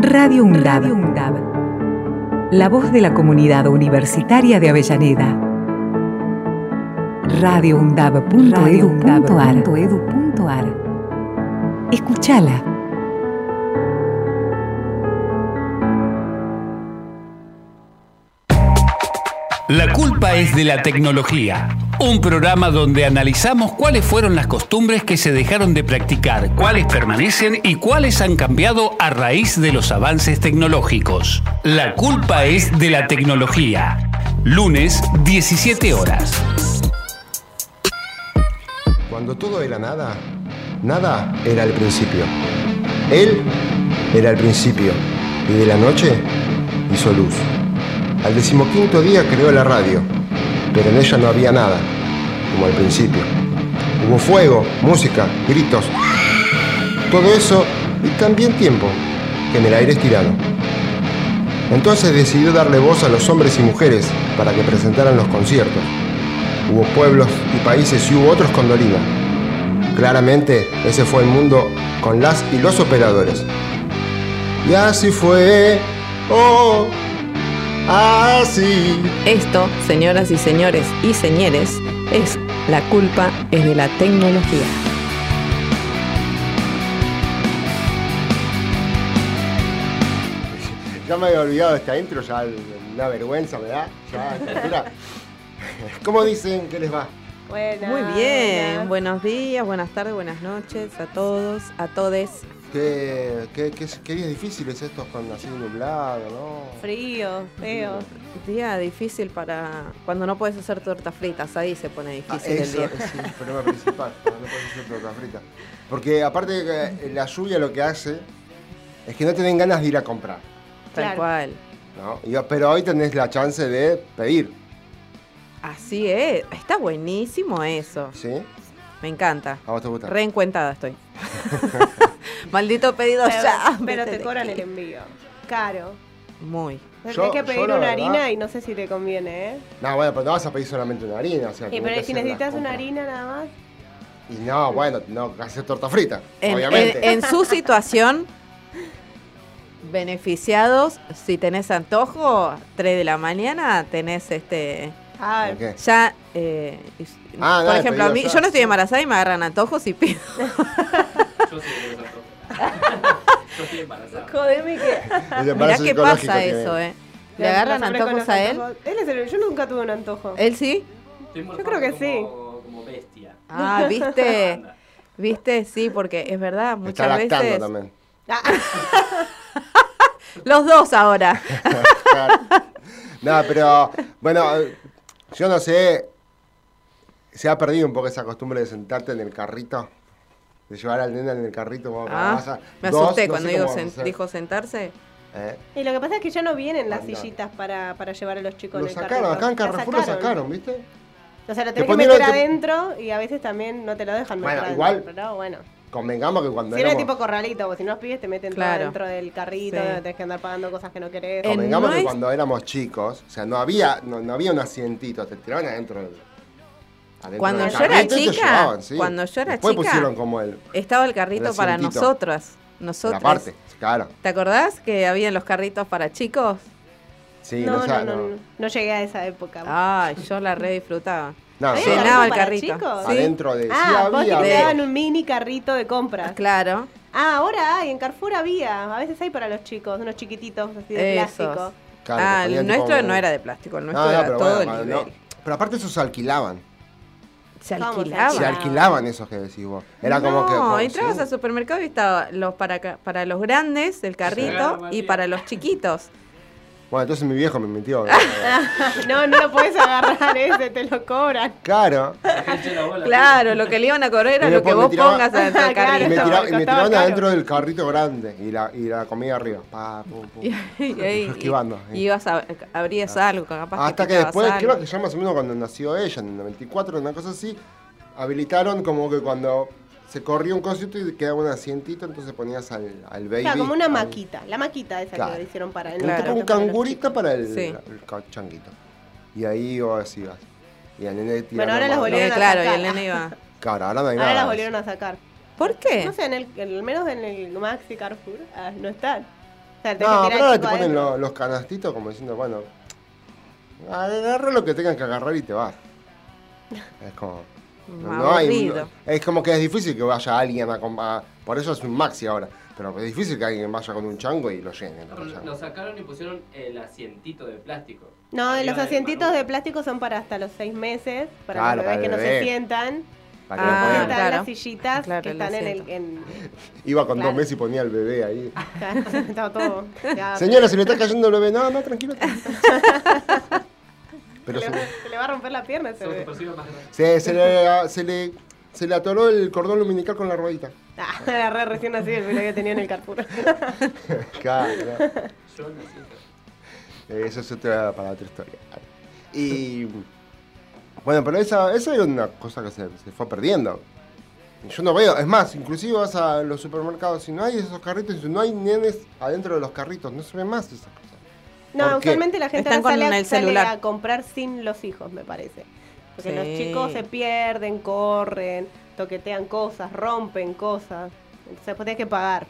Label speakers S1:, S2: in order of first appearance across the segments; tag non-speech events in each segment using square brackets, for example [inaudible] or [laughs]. S1: Radio UNDAB. La voz de la comunidad universitaria de Avellaneda. Radio Escúchala.
S2: La culpa es de la tecnología. Un programa donde analizamos cuáles fueron las costumbres que se dejaron de practicar, cuáles permanecen y cuáles han cambiado a raíz de los avances tecnológicos. La culpa es de la tecnología. Lunes, 17 horas.
S3: Cuando todo era nada, nada era el principio. Él era el principio y de la noche hizo luz. Al decimoquinto día creó la radio, pero en ella no había nada, como al principio. Hubo fuego, música, gritos, todo eso y también tiempo, que en el aire es tirado. Entonces decidió darle voz a los hombres y mujeres para que presentaran los conciertos. Hubo pueblos y países y hubo otros con Dolina. Claramente ese fue el mundo con las y los operadores. Y así fue, oh, así.
S4: Esto, señoras y señores y señores, es La culpa es de la tecnología.
S3: Ya me había olvidado de esta intro, ya una vergüenza me da. Ya, a esta altura. [laughs] ¿Cómo dicen que les va?
S5: Buenas.
S4: Muy bien,
S5: buenas.
S4: buenos días, buenas tardes, buenas noches a todos, a todes.
S3: ¿Qué, qué, qué, qué días difíciles estos con así nublado, no?
S5: Frío, feo.
S4: Día difícil para cuando no puedes hacer tortas fritas, ahí se pone
S3: Ah,
S4: difícil el
S3: eso
S4: día.
S3: es el problema principal, cuando no puedes hacer torta frita. Porque aparte eh, la lluvia lo que hace es que no te den ganas de ir a comprar,
S4: Tal
S5: Claro.
S4: cual.
S3: ¿no? Y- pero hoy tenés la chance de pedir,
S4: Así es, está buenísimo eso.
S3: ¿sí?
S4: Me encanta.
S3: ¿A vos te gusta?
S4: Reencuentada
S5: [laughs]
S4: estoy. [laughs] Maldito pedido ya.
S5: pero
S4: vete
S5: te
S4: de
S5: cobran el
S4: aquí.
S5: envío. Caro.
S4: Muy.
S5: Tenés
S3: Yo-
S5: que
S3: yo
S5: pedir
S3: la
S5: una
S3: verdad-
S5: harina y no sé si te conviene, ¿eh?
S3: No, bueno, pero no vas a pedir solamente una harina, o sea,
S5: Y
S3: tenés
S5: pero
S3: que
S5: si
S3: hacer la
S5: necesitas una
S3: compra.
S5: harina nada más.
S3: Y no, bueno, no, hacer torta frita,
S4: En,
S3: obviamente.
S4: en- en su situación, beneficiados, si tenés antojo, 3 de la mañana tenés este.
S5: Ah,
S4: [laughs]
S3: ¿Por qué?
S4: Ya, eh, is-
S3: Ah,
S4: por
S3: dale,
S4: ejemplo, a
S3: pedido
S4: mí,
S3: ya,
S4: yo no estoy
S3: sí.
S4: embarazada y me agarran antojos y pido.
S5: jodeme
S3: [laughs]
S5: que.
S3: El
S4: Mirá
S3: embarazo
S4: qué
S3: psicológico
S4: pasa
S3: que-
S4: eso, ¿eh? ¿Le
S5: Los-
S4: agarran
S5: los hombres con
S4: antojos
S5: los
S4: a él?
S5: antojos. Él es el- Yo nunca tuve un antojo.
S3: Eh,
S4: ¿Él sí?
S5: Yo creo que sí.
S6: Como bestia.
S4: Ah,
S5: [laughs]
S4: viste. Viste, sí, porque es verdad,
S3: Está
S4: muchas
S3: lactando
S4: veces.
S3: también.
S5: Ah,
S4: Los
S3: [laughs]
S4: dos ahora.
S3: no, pero bueno, eh, yo no sé, se ha perdido un poco esa costumbre de sentarte en el carrito, de llevar al nena en el carrito como para
S4: Ah,
S3: casa.
S4: me
S3: Dos,
S4: asusté
S3: no
S4: cuando
S3: sé
S4: digo
S3: cómo
S4: sen-
S3: hacer.
S4: dijo sentarse.
S3: Eh,
S5: [laughs] y lo que pasa es que ya no vienen las
S3: Andá.
S5: sillitas para, para llevar a los chicos
S3: Lo
S5: en el
S3: sacaron,
S5: carrito.
S3: acá en
S5: La
S3: Carrefour lo sacaron, ¿viste?
S5: O sea, lo
S3: Te
S5: tenés que
S3: ponieron-
S5: meter
S3: te-
S5: adentro y a veces también no te lo dejan meter
S3: Bueno,
S5: adentro,
S3: igual-
S5: Pero bueno.
S3: Convengamos que cuando
S5: Si era
S3: éramos-
S5: tipo corralito, porque si no los pibes te meten
S4: Claro.
S5: todo dentro del carrito,
S4: Sí.
S5: tenés que andar pagando cosas que no querés.
S4: Eh,
S3: Convengamos que
S4: nues-
S3: cuando éramos chicos, o sea, no había, no, no había un asientito, te tiraban adentro del. adentro
S4: Cuando
S3: del
S4: yo era
S3: carrito y te
S4: chica, cuando yo era
S3: Después
S4: chica,
S3: pusieron como el,
S4: Estaba el carrito
S3: El
S4: para
S3: asientito.
S4: nosotras.
S3: la
S4: Nosotras.
S3: parte, claro.
S4: ¿Te acordás que habían los carritos para chicos?
S3: Sí,
S5: no,
S3: no,
S5: no,
S3: sa-
S5: no,
S3: no.
S5: no, no llegué a esa época.
S4: Ay, yo la re disfrutaba.
S3: No,
S5: ¿Había
S3: nosotros-
S4: Ah, Llenaba el
S5: para
S4: carrito.
S5: chicos?
S4: Sí.
S3: Adentro de.
S5: Ah, vos
S3: sí,
S5: que
S3: había.
S5: te
S4: Sí.
S5: daban un mini carrito de compras.
S4: Claro.
S5: Ah, ahora hay, en Carrefour había. A veces hay para los chicos, unos chiquititos así de
S4: Esos.
S5: plástico. [laughs]
S3: Claro,
S4: ah,
S3: que
S4: el
S3: ponían
S4: nuestro
S3: tipo-
S4: no era de plástico, el
S3: No,
S4: nuestro
S3: no,
S4: era
S3: pero
S4: todo
S3: bueno,
S4: el
S3: no.
S4: nivel.
S3: Pero aparte esos se alquilaban.
S4: Se
S5: ¿Cómo se
S4: alquilaba.
S3: Se
S5: Ah.
S3: alquilaban esos que decís vos. Era como que.
S4: No,
S3: como-
S4: entrabas
S3: sí.
S4: al supermercado y estaba los para, ca- para los grandes, el carrito, y para los chiquitos.
S3: Bueno, entonces mi viejo me mintió.
S4: [laughs]
S5: No, no lo podés agarrar ese, te lo cobran.
S3: claro.
S4: Claro, lo que le iban a correr era
S3: Y
S4: lo
S3: después
S4: que
S3: me
S4: vos
S3: tiraba-
S4: pongas adentro del
S3: [laughs]
S5: Claro,
S3: Y me,
S4: carrito.
S5: estaba-
S3: tira- y me
S5: estaba
S3: tiraban
S5: caro.
S3: adentro del carrito grande y la, y la comida arriba. Pa, pum, pum.
S4: [laughs] Y ahí-
S3: Fui esquivando, sí. Ah.
S4: y ibas a, abrías algo, capaz
S3: Hasta que
S4: picabas
S3: después,
S4: algo.
S3: creo que ya más o menos cuando nació ella, en el 94, una cosa así, habilitaron como que cuando se corría un cosito y quedaba un asientito, entonces ponías al, al baby.
S5: Claro, Ah, como una
S3: al-
S5: maquita, la maquita esa
S3: Claro.
S5: que hicieron para
S3: Un,
S5: el
S3: tipo
S4: Claro.
S3: un cangurito para el,
S4: Sí.
S3: el ca- changuito. Y ahí vos ibas. Y al nene
S5: Bueno, ahora las
S4: Eh,
S5: volvieron a
S4: claro, y
S5: sacar.
S4: el nene iba.
S3: Claro, ahora no hay
S5: Ahora
S3: nada.
S5: las
S3: de
S5: volvieron
S3: eso.
S5: a sacar.
S4: ¿Por qué?
S5: No sé, en el, al menos en el Maxi Carrefour ah, no están. O sea, tenés que
S3: No,
S5: tirar
S3: pero
S5: al
S3: ahora te
S5: chico
S3: ponen
S5: adentro.
S3: lo- los canastitos como diciendo, bueno, agarra lo que tengan que agarrar y te
S5: [laughs]
S3: vas. Es como. No, no hay.
S4: Aburrido.
S3: no- es como que es difícil que vaya alguien a, com- a- Por eso es un maxi ahora. Pero es difícil que alguien vaya con un chango y lo llenen.
S6: No,
S3: por allá.
S6: Lo sacaron y pusieron el asientito de plástico.
S5: No, de
S6: Arriba
S5: los
S6: del
S5: asientitos
S6: manubrio.
S5: de plástico son para hasta los seis meses, para
S3: Claro,
S5: los
S3: para
S5: bebés que
S3: el
S5: no se
S3: bebé.
S5: sientan.
S3: Para que no
S4: Ah,
S5: Ahí
S3: pongan-
S5: están
S4: claro.
S5: las sillitas
S4: Claro,
S5: que
S4: el
S5: están en el.
S4: asiento.
S5: En,
S3: Iba con
S5: claro.
S3: dos meses y ponía el bebé ahí.
S5: [laughs] estaba todo. ya,
S3: Señora, se le está cayendo el bebé. No, no, tranquilo. tranquilo. Pero
S5: se,
S3: se,
S5: le, se le va a romper la pierna ese
S6: Solo que
S5: bebé.
S6: percibe más grande.
S3: se- se le, se, le, se le atoró el cordón luminical con la ruedita.
S5: Ah, [laughs] agarré recién así el pelo que tenía en el Carrefour.
S3: Claro.
S6: Yo nací.
S3: Eh, Eso es otra para otra historia. Y bueno, pero esa, esa era una cosa que se, se fue perdiendo. Yo no veo, es más, inclusive vas a los supermercados y no hay esos carritos, y no hay nenes adentro de los carritos, no se ven más esas cosas. ¿Por
S5: No,
S3: qué?
S5: usualmente la gente
S4: Están
S5: ahora
S4: con
S5: sale,
S4: el
S5: sale
S4: celular.
S5: a comprar sin los hijos, me parece. Porque los
S4: Sí.
S5: chicos se pierden, corren, toquetean cosas, rompen cosas. Entonces después tienes que pagar.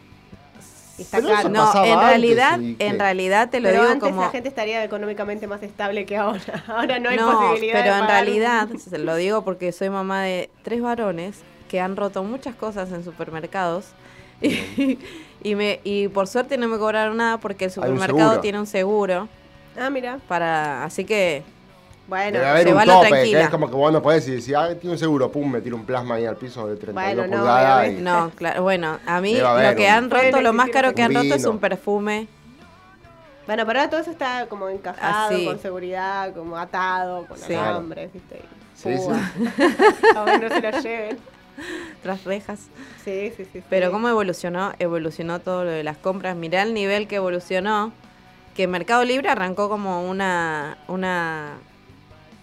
S5: Y está
S3: Pero eso
S5: caro.
S4: Ah, No,
S3: pasaba
S4: en
S3: antes,
S4: realidad,
S3: ¿y qué?
S4: en realidad te lo
S5: pero
S4: digo
S5: antes
S4: como
S5: la gente estaría económicamente más estable que ahora. [laughs] Ahora no hay
S4: no,
S5: posibilidad
S4: pero
S5: de
S4: en
S5: pagar un-
S4: realidad, [laughs] se lo digo porque soy mamá de tres varones que han roto muchas cosas en supermercados y, [laughs] y me y por suerte no me cobraron nada porque el
S3: Hay un
S4: supermercado
S3: seguro.
S4: tiene un seguro
S5: Ah, mira.
S4: para así que
S5: Bueno,
S3: Debe haber
S4: se
S3: un
S4: va lo
S3: tope, que
S4: tranquila.
S3: es como que vos no podés decir, si ah, tiene un seguro, pum, me tiro un plasma ahí al piso de 32
S5: Bueno, no,
S3: pulgadas. y-
S4: no, claro, bueno, a mí
S3: Debe haber
S4: lo que
S3: un-
S4: han roto,
S5: Pueden
S4: lo más
S5: existir
S4: caro que han roto es
S3: vino.
S4: un perfume.
S5: bueno, pero ahora todo eso está como encajado,
S4: Así.
S5: con seguridad, como atado, con
S4: Ah, Sí.
S5: alambres, ¿viste?
S3: Sí, sí.
S5: [laughs] Aún no se lo lleven.
S4: tras rejas.
S5: Sí, sí, sí. sí.
S4: Pero cómo evolucionó, evolucionó todo lo de las compras. Mirá el nivel que evolucionó. Que Mercado Libre arrancó como una, una,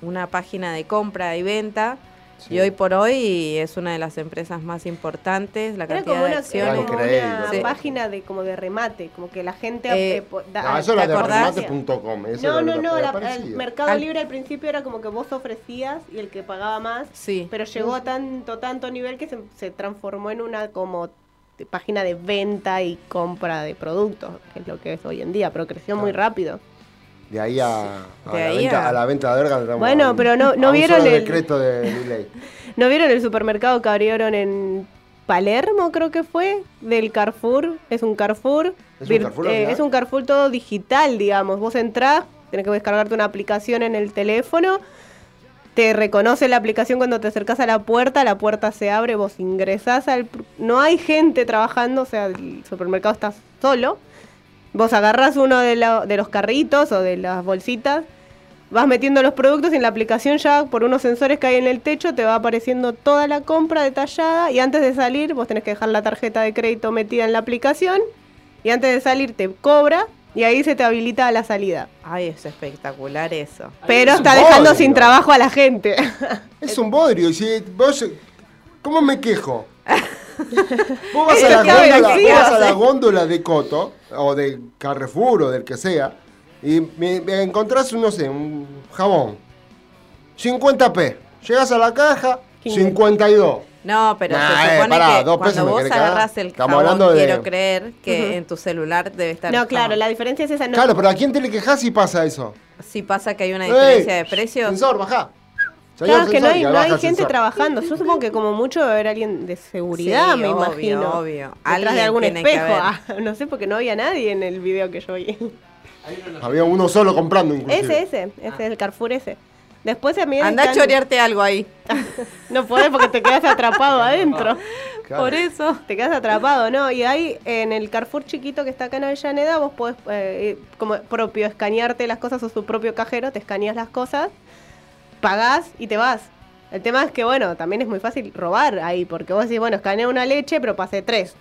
S4: una página de compra y venta.
S3: Sí.
S4: Y hoy por hoy es una de las empresas más importantes, la
S5: Era
S4: cantidad
S5: como
S4: de
S5: una, era
S4: acciones.
S5: como
S3: Increíble.
S5: una
S4: Sí.
S5: página de como de remate, como que la gente
S4: Eh,
S5: eh, po- da-
S3: No, Ah, eso era
S4: ¿te
S3: de
S4: acordás?
S3: remate.com. eso
S5: No,
S3: era
S5: no,
S3: lo
S5: no,
S3: que
S5: la- el
S3: aparecía.
S5: Mercado
S4: Al-
S5: Libre al principio era como que vos ofrecías y el que pagaba más,
S4: Sí.
S5: pero llegó a tanto, tanto nivel que se, se transformó en una como t- página de venta y compra de productos, que es lo que es hoy en día, pero creció muy rápido.
S3: De ahí a, a
S4: De
S3: la,
S4: ahí
S3: venta,
S4: a-
S3: a la venta de órganos.
S5: Bueno, pero no- no vieron
S3: el
S5: el-
S3: decreto de Milei.
S5: ¿No vieron el supermercado que abrieron en Palermo, creo que fue? Del Carrefour. Es un Carrefour.
S3: ¿Es un
S5: Vir-
S3: Carrefour,
S5: eh,
S3: al final?
S5: es un Carrefour todo digital, digamos. Vos entrás, tenés que descargarte una aplicación en el teléfono. Te reconoce la aplicación cuando te acercás a la puerta, la puerta se abre, vos ingresás al... pr- No hay gente trabajando, o sea, el supermercado está solo. Vos agarrás uno de, la- de los carritos o de las bolsitas, vas metiendo los productos y en la aplicación ya por unos sensores que hay en el techo te va apareciendo toda la compra detallada y antes de salir vos tenés que dejar la tarjeta de crédito metida en la aplicación y antes de salir te cobra y ahí se te habilita la salida.
S4: Ay, es espectacular eso.
S5: Pero
S3: es
S5: está
S3: un
S5: dejando
S3: bodrio.
S5: sin trabajo a la gente.
S3: Es un bodrio. Y si vos. ¿Cómo me
S5: [laughs]
S3: quejo? Vos vas, a
S5: Eso
S3: la,
S5: cabe
S3: góndola,
S5: decir,
S3: vos vas a
S5: o sea.
S3: la góndola de Coto, o de Carrefour, o del que sea, y me, me encontrás, no sé, un jabón. 50p. Llegás a la caja, 52.
S4: No, pero
S3: Nah, eh,
S4: se supone
S3: pará,
S4: que
S3: dos
S4: cuando
S3: pesos me
S4: vos
S3: querés cagar.
S4: agarrás el
S3: Estamos
S4: jabón,
S3: hablando de-
S4: quiero creer que
S5: Ujú.
S4: en tu celular debe estar. el
S5: No, claro,
S4: jabón.
S5: la diferencia es esa. No,
S3: Claro, pero ¿a quién te le quejas si pasa eso?
S4: Si pasa que hay una diferencia de precios.
S3: Sensor, bajá. Señor
S5: Claro, es que no
S3: sensor,
S5: hay, no
S3: baja
S5: hay
S3: el
S5: gente
S3: sensor.
S5: trabajando. Yo supongo que como mucho debe haber alguien de seguridad,
S4: Sí,
S5: me
S4: obvio,
S5: imagino.
S4: obvio.
S5: Detrás de
S4: Alguien
S5: algún
S4: tiene que
S5: espejo.
S4: haber.
S5: Ah, no sé, porque no había nadie en el video que yo vi.
S6: Hay uno en los-
S3: Había uno solo comprando inclusive.
S5: Ese, ese, ese es el Carrefour ese. Después a mí
S4: Ah. Anda a
S5: están-
S4: chorearte algo ahí.
S5: No podés porque te quedas
S4: [laughs]
S5: atrapado adentro.
S4: Ah.
S3: Claro.
S4: Por eso.
S5: Te quedas atrapado, ¿no? Y ahí en el Carrefour chiquito que está acá en Avellaneda, vos podés eh, ir como propio escanearte las cosas o su propio cajero, te escaneas las cosas, pagás y te vas. El tema es que, bueno, también es muy fácil robar ahí, porque vos decís, bueno, escanea una leche, pero pasé tres.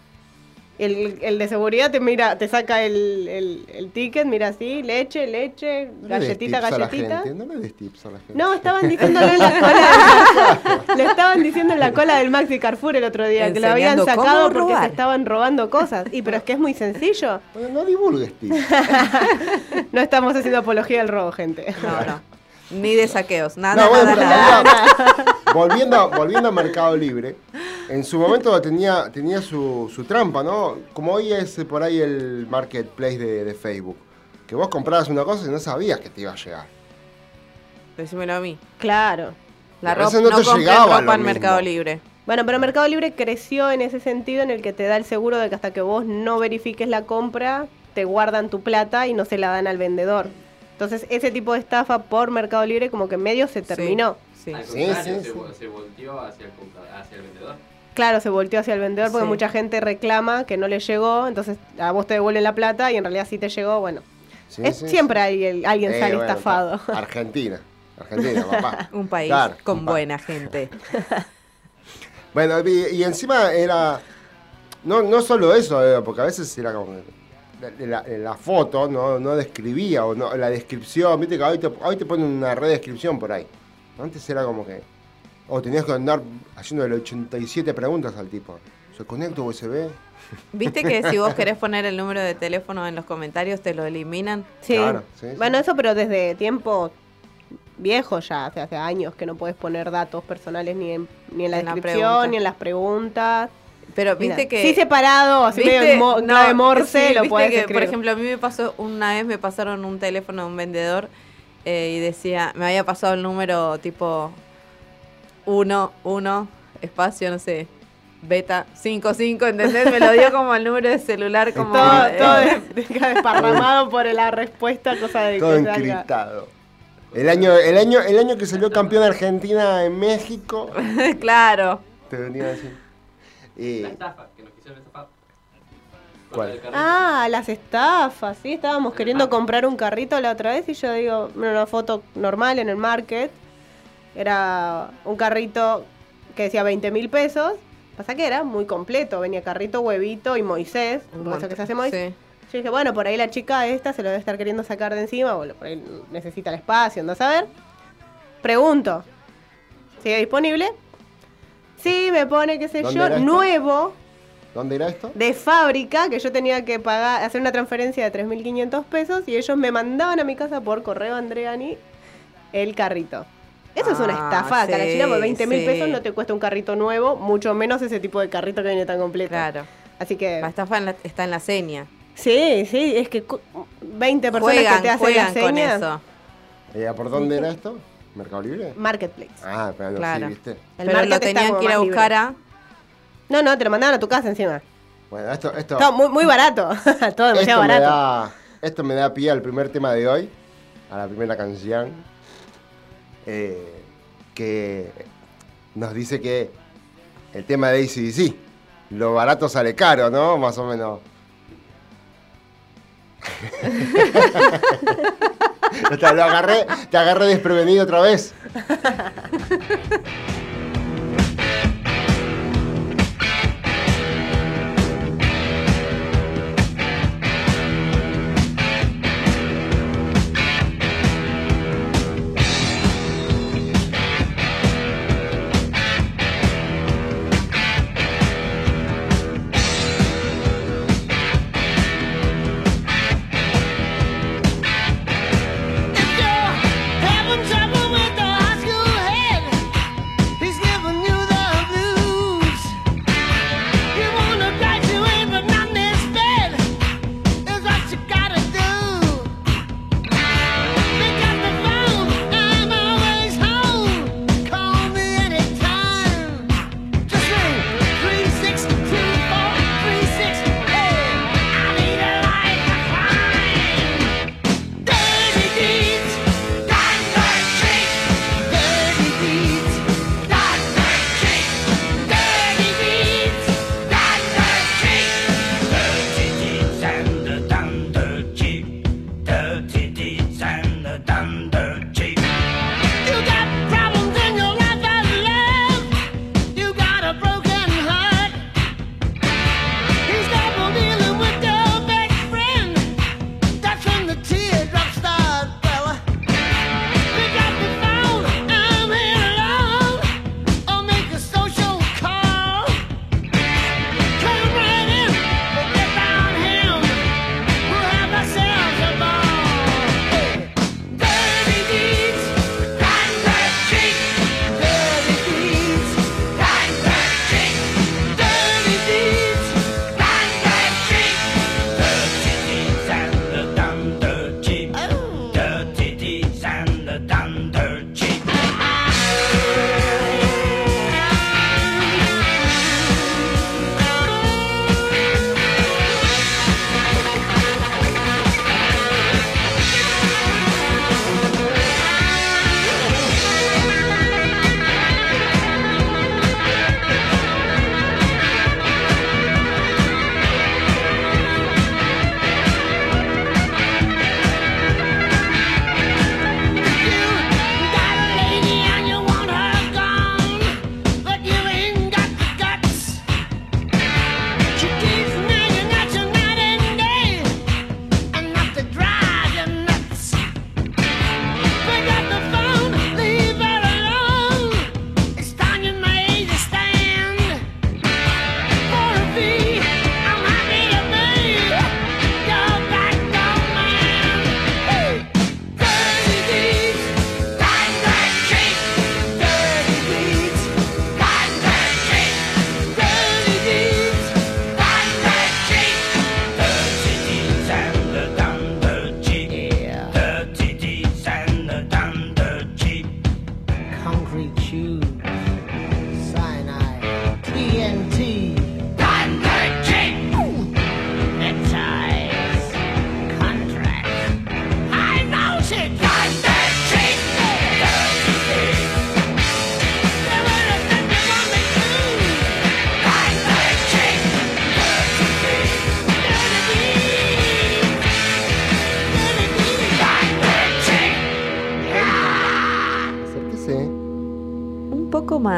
S5: El, el de seguridad te mira, te saca el, el- el ticket, mira así, leche, leche,
S3: No le des
S5: galletita,
S3: tips a la
S5: galletita.
S3: gente, No le des tips a la gente.
S5: No, estaban diciéndolo en la cola. le estaban diciendo en la cola del Maxi Carrefour el otro día que lo habían
S4: Enseñando cómo
S5: sacado porque
S4: robar.
S5: se estaban robando cosas. Y pero es que es muy sencillo.
S3: Bueno, No divulgues tips.
S5: No estamos haciendo apología al robo, gente.
S4: Ah, No, no. Ni de saqueos, nada,
S3: No, bueno,
S4: nada,
S3: pero
S4: nada.
S3: había- volviendo, a- volviendo a Mercado Libre, en su momento tenía, tenía su, su trampa, ¿no? Como hoy es eh, por ahí el marketplace de, de Facebook. Que vos comprabas una cosa y no sabías que te iba a llegar.
S4: Decímelo a mí.
S5: Claro.
S4: La
S3: Pero a
S4: ropa,
S3: veces
S4: no,
S3: no te
S4: compré
S3: llegaba lo
S4: ropa en
S3: mismo.
S4: Mercado Libre.
S5: Bueno, pero Mercado Libre creció en ese sentido en el que te da el seguro de que hasta que vos no verifiques la compra, te guardan tu plata y no se la dan al vendedor. Entonces, ese tipo de estafa por Mercado Libre como que medio se
S4: Sí,
S5: terminó.
S4: Sí.
S6: Al
S3: Sí,
S6: contrario,
S3: sí,
S6: se,
S3: sí.
S6: vo- se volteó hacia el, compra- hacia el vendedor.
S5: Claro, se volteó hacia el vendedor porque
S4: Sí.
S5: mucha gente reclama que no le llegó, entonces a vos te devuelven la plata y en realidad sí te llegó, bueno.
S3: Sí,
S5: es,
S3: sí,
S5: siempre hay el-
S3: sí.
S5: alguien
S3: Eh,
S5: sale
S3: bueno,
S5: estafado.
S3: pa- Argentina. Argentina, papá.
S4: Un país
S3: Claro,
S4: con
S3: papá.
S4: buena gente.
S3: Bueno, y, y encima era. No, no solo eso, eh, porque a veces era como. La, la- la foto no, no describía, o no, la descripción, viste que hoy te, hoy te ponen una redescripción por ahí. Antes era como que. O tenías que andar haciéndole 87 preguntas al tipo. ¿Se conecta USB?
S4: ¿Viste que si vos querés poner el número de teléfono en los comentarios te lo eliminan?
S5: [laughs] Sí.
S3: Claro, sí, sí.
S5: bueno, eso pero desde tiempo viejo ya, o sea, hace años que no puedes poner datos personales ni en, ni en la
S4: En la
S5: descripción,
S4: pregunta.
S5: ni en las preguntas.
S4: Pero viste
S5: Mira,
S4: que...
S5: Sí separado, así medio en mo- clave morse,
S4: sí,
S5: lo
S4: viste
S5: puedes
S4: que,
S5: escribir.
S4: Por ejemplo, a mí me pasó, una vez me pasaron un teléfono de un vendedor eh, y decía, me había pasado el número tipo 1, 1, espacio, no sé, beta 5, 5, ¿entendés? Me lo dio como el número de celular, como...
S5: todo,
S4: eh,
S5: todo des- desparramado por la respuesta, cosa de
S3: Todo
S5: que salga.
S3: encriptado. El año, el año, el año que salió campeón Argentina en México,
S4: [laughs] claro.
S3: te venía a decir.
S6: La
S3: Eh,
S6: estafa, que nos quisieron estafar. Con
S3: ¿Cuál?
S6: el carrito.
S5: Ah, las estafas, sí, estábamos
S3: Ah.
S5: queriendo comprar un carrito la otra vez y yo digo, bueno, una foto normal en el market, era un carrito que decía 20 mil pesos, pasa que era muy completo, venía carrito, huevito y Moisés,
S4: Un
S5: como eso
S4: montón.
S5: que se hace Moisés.
S4: Sí.
S5: Yo dije, bueno, por ahí la chica esta se lo debe estar queriendo sacar de encima, o lo- por ahí necesita el espacio, anda a saber. Pregunto, ¿sigue disponible? Sí, me pone, qué sé
S3: ¿Dónde
S5: yo,
S3: era esto?
S5: nuevo,
S3: ¿Dónde era esto?
S5: de fábrica, que yo tenía que pagar, hacer una transferencia de 3.500 pesos y ellos me mandaban a mi casa por correo Andreani el carrito. Eso es una
S4: Ah,
S5: estafa,
S4: sí,
S5: Carachina, por 20 mil
S4: sí.
S5: pesos no te cuesta un carrito nuevo, mucho menos ese tipo de carrito que viene tan completo.
S4: Claro.
S5: Así que...
S4: La estafa en la- está en la seña.
S5: Sí, sí, es que cu- 20 personas
S4: Juegan,
S5: que te hacen la
S4: juegan con
S5: seña.
S4: eso.
S3: Eh, ¿Por dónde era esto? ¿Mercado Libre?
S5: Marketplace.
S3: Ah, pero no,
S4: Claro.
S3: sí, viste.
S5: El
S4: Pero lo
S5: market está
S4: tenían
S5: como
S4: que ir a
S5: más
S4: buscar
S5: libre.
S4: a...
S5: No, no, te lo mandaban a tu casa encima.
S3: Bueno, esto, esto,
S5: Todo muy, muy barato. [laughs] Todo
S3: esto,
S5: demasiado
S3: me
S5: barato.
S3: da, esto me da pie al primer tema de hoy, a la primera canción, eh, que nos dice que el tema de ACDC, lo barato sale caro, ¿no? Más o menos. [laughs] te, lo agarré, te agarré desprevenido otra vez.
S7: If you're having trouble with the high school head,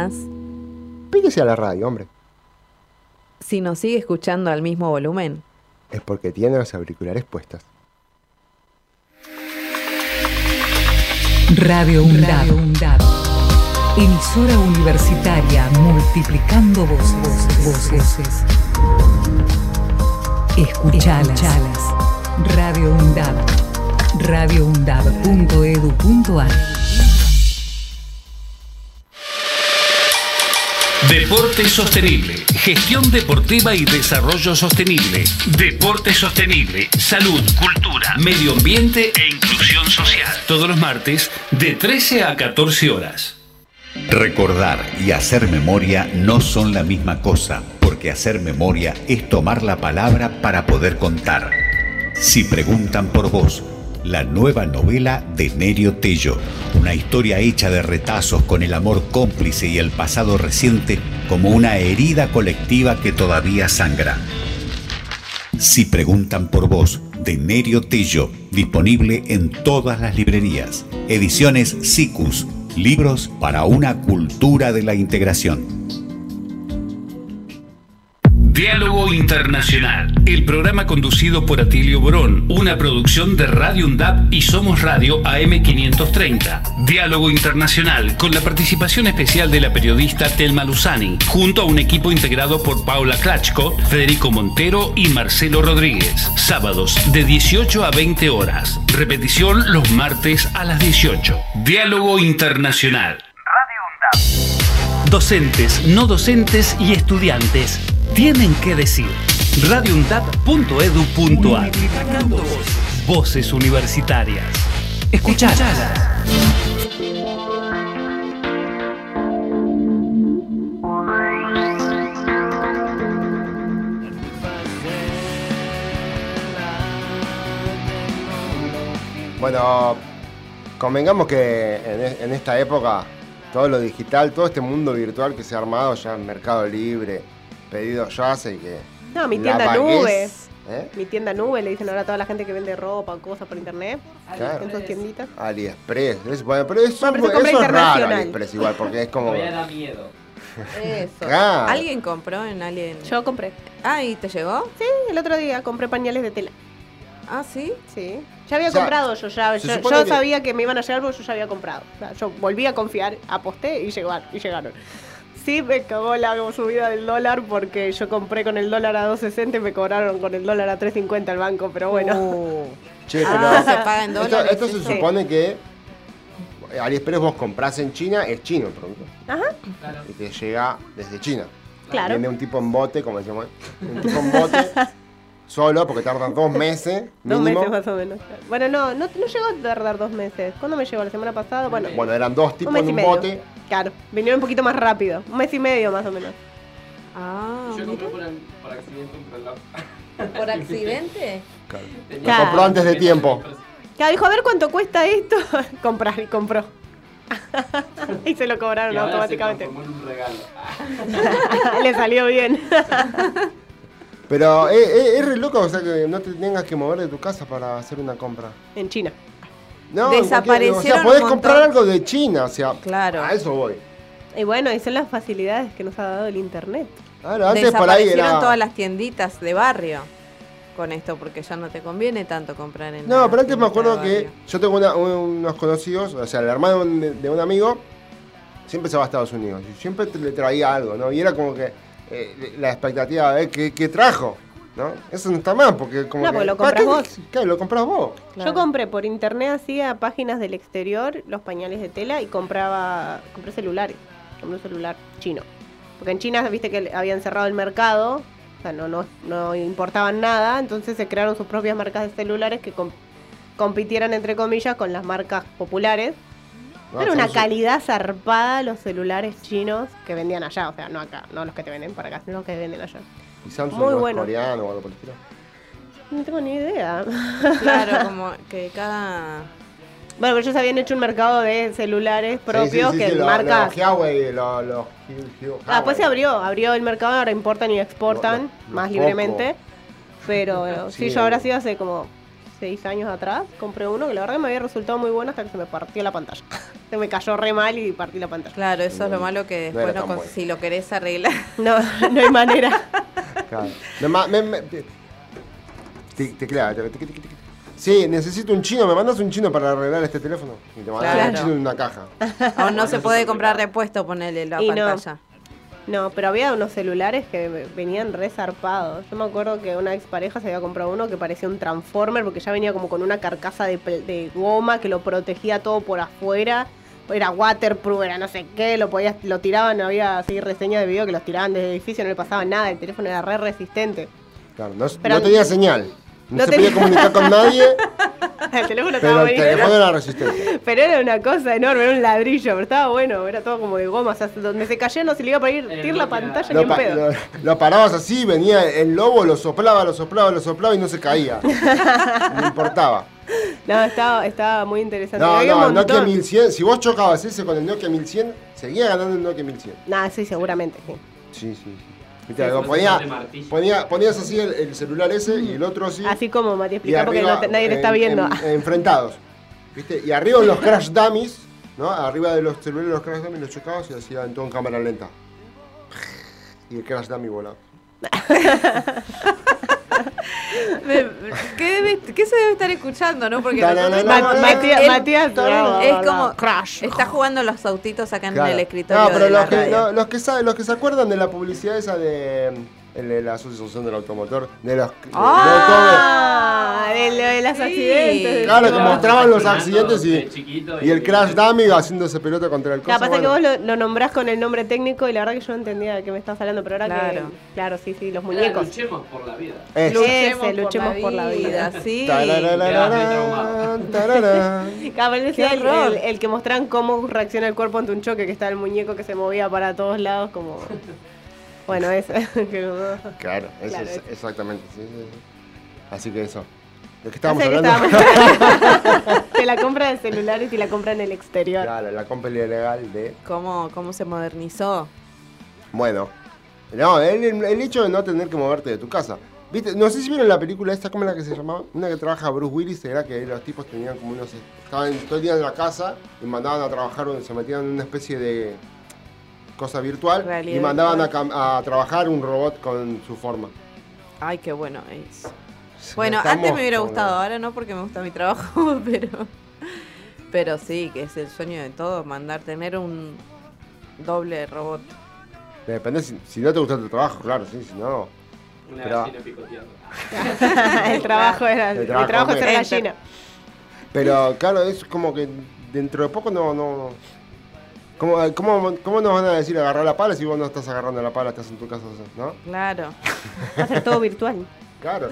S3: Acérquese a la radio, hombre.
S4: Si nos sigue escuchando al mismo volumen,
S3: Es porque tiene los auriculares puestas.
S1: Radio UNDAB. Emisora universitaria multiplicando voces. voces. Escuchalas. Radio UNDAB. Radio
S2: Deporte sostenible, gestión deportiva y desarrollo sostenible. Deporte sostenible, salud, cultura, medio ambiente e inclusión social. Todos los martes de 13 a 14 horas.
S7: Recordar y hacer memoria no son la misma cosa, porque hacer memoria es tomar la palabra para poder contar. Si preguntan por vos, la nueva novela de Nerio Tello, una historia hecha de retazos con el amor cómplice y el pasado reciente como una herida colectiva que todavía sangra. Si preguntan por vos, de Nerio Tello, disponible en todas las librerías. Ediciones SICUS, libros para una cultura de la integración.
S2: Diálogo Internacional, el programa conducido por Atilio Borón, una producción de Radio UNDAP y Somos Radio AM530. Diálogo Internacional, con la participación especial de la periodista Telma Luzani, junto a un equipo integrado por Paula Klachko, Federico Montero y Marcelo Rodríguez. Sábados de 18 a 20 horas. Repetición los martes a las 18. Diálogo Internacional. Docentes, no docentes y estudiantes tienen que decir. radiundad.edu.ar voces. Voces universitarias. Escuchalas.
S3: Bueno, convengamos que en, e- en esta época todo lo digital, todo este mundo virtual que se ha armado ya en Mercado Libre, pedido ya hace que.
S5: No, mi
S3: la
S5: tienda
S3: vaguez-
S5: nube.
S3: ¿eh?
S5: Mi tienda nube, le dicen ahora a toda la gente que vende ropa, cosas por internet.
S3: Claro.
S5: En sus tienditas.
S3: AliExpress. es- bueno, pero eso,
S5: Bueno, pero
S3: eso
S5: se compra
S3: es raro
S5: internacional.
S3: AliExpress igual, porque es como.
S6: Todavía da miedo.
S4: eso.
S3: Claro.
S4: ¿Alguien compró en alguien?
S5: Yo compré.
S4: Ah, ¿y te llegó?
S5: Sí, el otro día compré pañales de tela.
S4: Ah, sí.
S5: Sí. Ya había
S3: O sea,
S5: comprado yo ya.
S3: se
S5: Yo,
S3: supone
S5: yo
S3: que-
S5: sabía que me iban a llegar porque yo ya había comprado. O sea, yo volví a confiar, aposté y llegaron. Y llegaron. Sí, me cagó la subida del dólar porque yo compré con el dólar a 2.60 y me cobraron con el dólar a 3.50 al banco, pero bueno.
S3: Uh,
S4: [laughs]
S3: Che, pero.
S4: Ah, se paga en
S3: esto-
S4: dólares.
S3: esto,
S4: eso.
S3: se supone que. AliExpress vos comprás en China, es chino el producto.
S5: Ajá,
S3: Y te llega desde China.
S5: [laughs] claro.
S3: Viene un tipo en bote, como decíamos, un tipo en bote, solo, porque tardan dos meses
S5: Dos
S3: mínimo.
S5: meses más o menos. Bueno, no, no, no llegó a tardar dos meses. ¿Cuándo me llegó? ¿La semana pasada? Bueno,
S3: Bueno, eran dos
S5: un
S3: tipos
S5: mes
S3: en
S5: y
S3: un
S5: medio.
S3: bote.
S5: Claro, vinieron un poquito más rápido. Un mes y medio más o menos.
S4: Ah,
S6: Yo
S4: mira.
S6: compré por, por accidente un reloj.
S4: ¿Por accidente?
S3: Claro.
S6: Tenía-
S5: Claro. Lo compró
S3: antes de tiempo.
S5: Claro, dijo, a ver cuánto cuesta esto. [laughs] Comprar y compró. [laughs] y se lo
S6: Y
S5: cobraron
S6: ahora se
S5: automáticamente.
S6: transformó en un regalo.
S3: Ah,
S5: [laughs] Le salió bien.
S3: Pero eh, eh, es re loco, o sea, que no te tengas que mover de tu casa para hacer una compra.
S5: en China.
S3: No, en cualquier- O
S4: Desaparecieron
S3: sea,
S4: un
S3: podés
S4: montón.
S3: comprar algo de China, o sea.
S4: Claro.
S3: A eso voy.
S5: Y bueno, y son las facilidades que nos ha dado el internet.
S3: Claro, antes por ahí
S4: Desaparecieron
S3: era.
S4: todas las tienditas de barrio con esto, porque ya no te conviene tanto comprar en.
S3: No,
S4: la
S3: pero antes me
S4: tiendita de
S3: acuerdo que
S4: barrio.
S3: yo tengo una- un- unos conocidos, o sea, el hermano de un- de un amigo siempre se va a Estados Unidos y siempre te- le traía algo, ¿no? Y era como que eh, la expectativa de ver qué, qué trajo, ¿no? Eso no está mal, porque como
S5: No,
S3: que...
S5: porque lo
S3: ¿para
S5: compras
S3: qué- Claro, lo compras vos.
S4: Claro.
S5: Yo compré por internet así a páginas del exterior los pañales de tela y compraba compré celulares. Compré un celular chino. Porque en China viste que habían cerrado el mercado, o sea, no, no, no importaban nada, entonces se crearon sus propias marcas de celulares que com- compitieran entre comillas con las marcas populares.
S3: No,
S5: Era una
S3: Samsung.
S5: calidad zarpada los celulares chinos que vendían allá, o sea, no acá, no los que te venden para acá, sino los que venden allá.
S3: Y Samsung
S5: muy
S3: no es
S5: bueno.
S3: coreano o algo por el estilo.
S5: No tengo ni idea.
S3: [laughs]
S4: Claro, como que cada.
S5: Bueno, pero ellos habían hecho un mercado de celulares propios
S3: Sí, sí, sí,
S5: que
S3: sí, lo-
S5: marca.
S3: Lo, Huawei, lo, lo Hu- Hu-
S5: Ah, después se
S3: Huawei.
S5: abrió, abrió el mercado, ahora importan y exportan
S3: Lo- lo- lo
S5: más
S3: poco.
S5: libremente. Pero
S3: [laughs] Sí,
S5: sí, yo ahora
S3: el-
S5: sí hace como seis años atrás, compré uno que la verdad me había resultado muy bueno hasta que se me partió la pantalla. [laughs] Se me cayó re mal y partí la pantalla.
S4: Claro, eso es lo malo que
S3: Mm, No era
S4: después no,
S3: tan
S4: con-
S3: bueno.
S4: si lo querés arreglar. [laughs]
S5: No, [laughs] no hay manera.
S3: Claro. Me ma- me- me- te- te- teclea, te- te- te- te- te- Sí, necesito un chino. ¿Me mandas un chino para arreglar este teléfono? Y te mandas
S4: Claro.
S3: un chino en una caja.
S4: Aún no se puede comprar repuesto, ponerle la
S5: Y no.
S4: pantalla.
S5: No, pero había unos celulares que me- venían re zarpados. Yo me acuerdo que una expareja se había comprado uno que parecía un Transformer porque ya venía como con una carcasa de, pel- de goma que lo protegía todo por afuera. Era waterproof, era no sé qué, lo podías, lo tiraban, había así reseñas de video que los tiraban desde el edificio, no le pasaba nada, el teléfono era re resistente. [laughs]
S3: Claro, no,
S5: Pero-
S3: no tenía señal. No,
S5: No
S3: se
S5: tenía-
S3: podía comunicar con
S5: [laughs]
S3: nadie,
S5: El teléfono estaba
S3: pero el
S5: buenísimo.
S3: teléfono era resistente.
S5: [laughs] Pero era una cosa enorme, era un ladrillo, pero estaba bueno, era todo como de goma, o sea, donde se cayó no se le iba a ir
S6: El
S5: tirar la
S6: bloque era-
S5: pantalla ni
S3: Lo,
S5: en
S3: pa-
S5: pedo.
S3: lo- lo parabas así, venía el lobo, lo soplaba, lo soplaba, lo soplaba y no se
S5: [laughs]
S3: caía. No importaba.
S5: No, estaba, estaba muy interesante.
S3: No,
S5: Había un
S3: no, el Nokia
S5: montón.
S3: 1100. Si vos chocabas ese con el Nokia 1100, seguía ganando el Nokia 1100.
S5: Nah, sí, seguramente, sí.
S3: Sí, sí, sí.
S6: Sí,
S3: Viste, lo
S6: fue
S3: ponía-
S6: de martillo.
S3: ponía- ponías así el, el celular ese y el otro así.
S5: Así como, Mati,
S3: y
S5: explica porque
S3: arriba,
S5: no te- nadie te está
S3: en-
S5: viendo.
S3: en- enfrentados. ¿Viste? Y arriba los crash dummies, ¿no? Arriba de los celulares los crash dummies los chocabas y hacían todo en cámara lenta. Y el crash dummy volaba.
S4: [laughs] Me- ¿Qué, debe- qué se debe estar escuchando,
S3: [laughs]
S4: no? Porque
S3: Ta, na,
S4: nosotros-
S3: na, na,
S5: [laughs] Ma-
S3: na,
S5: Matías,
S4: Él-
S5: Matías,
S4: es como
S5: Crash.
S4: está jugando los autitos acá en
S3: Claro.
S4: el escritorio.
S3: No, pero
S4: de la
S3: los que,
S4: radio.
S3: no, los, que sa- los que se acuerdan de la publicidad esa de, mm, el de la Asociación del Automotor, de los. de- de automóviles.
S5: Ah, de lo de los
S4: Sí.
S5: accidentes.
S3: Claro,
S5: No.
S3: que mostraban los accidentes
S6: de
S3: y,
S6: chiquito
S3: y el
S6: y-
S3: crash dummy haciéndose pelota contra el coso.
S5: La pasa que
S3: bueno.
S5: vos lo, lo nombrás con el nombre técnico y la verdad que yo no entendía de qué me estás hablando, pero ahora
S4: Claro.
S5: que. Claro, sí, sí, los
S6: Ahora
S5: muñecos.
S6: Luchemos por la vida.
S3: Es.
S5: Ese, luchemos por la vida.
S4: Sí.
S3: Tarararararán, tararán.
S5: Cada vez decía
S4: Qué
S5: el,
S4: horror.
S5: el- el que mostraban cómo reacciona el cuerpo ante un choque, que estaba el muñeco que se movía para todos lados, [laughs] como. Bueno, eso. [laughs] que no-
S3: Claro, eso
S5: Claro,
S3: es
S5: eso.
S3: exactamente. sí, sí, sí. Así que eso. ¿De qué estábamos
S5: O sea, que
S3: hablando? [laughs]
S5: estábamos- de la compra de celulares y la compra en el exterior.
S3: claro, la compra ilegal de.
S4: ¿Cómo, ¿Cómo se modernizó?
S3: Bueno. No, el, el hecho de no tener que moverte de tu casa. ¿Viste? No sé si vieron la película esta, ¿cómo era que se llamaba? Una que trabaja Bruce Willis, era que los tipos tenían como unos. Estaban todo el día en la casa y mandaban a trabajar, o se metían en una especie de cosa virtual
S4: Realidad
S3: y mandaban a,
S4: virtual.
S3: cam- a trabajar un robot con su forma.
S4: Ay, qué bueno es. Bueno,
S3: Estamos
S4: antes me hubiera
S3: con-
S4: gustado, ahora no porque me gusta mi trabajo, [laughs] pero. Pero sí, que es el sueño de todo, mandar tener un doble robot.
S3: Depende si, si no te gusta tu trabajo, claro, sí, si no.
S6: Una
S3: Pero-
S6: gallina picoteando.
S5: [laughs] el trabajo era
S3: El
S5: el
S3: trabajo,
S5: trabajo es ser
S4: hombre.
S5: gallina.
S3: Pero claro, es como que dentro de poco no. no ¿Cómo, cómo, cómo nos van a decir agarrar la pala si vos no estás agarrando la pala, estás en tu casa, no?
S4: Claro.
S5: Va a ser
S3: [laughs]
S5: todo virtual.
S3: Claro,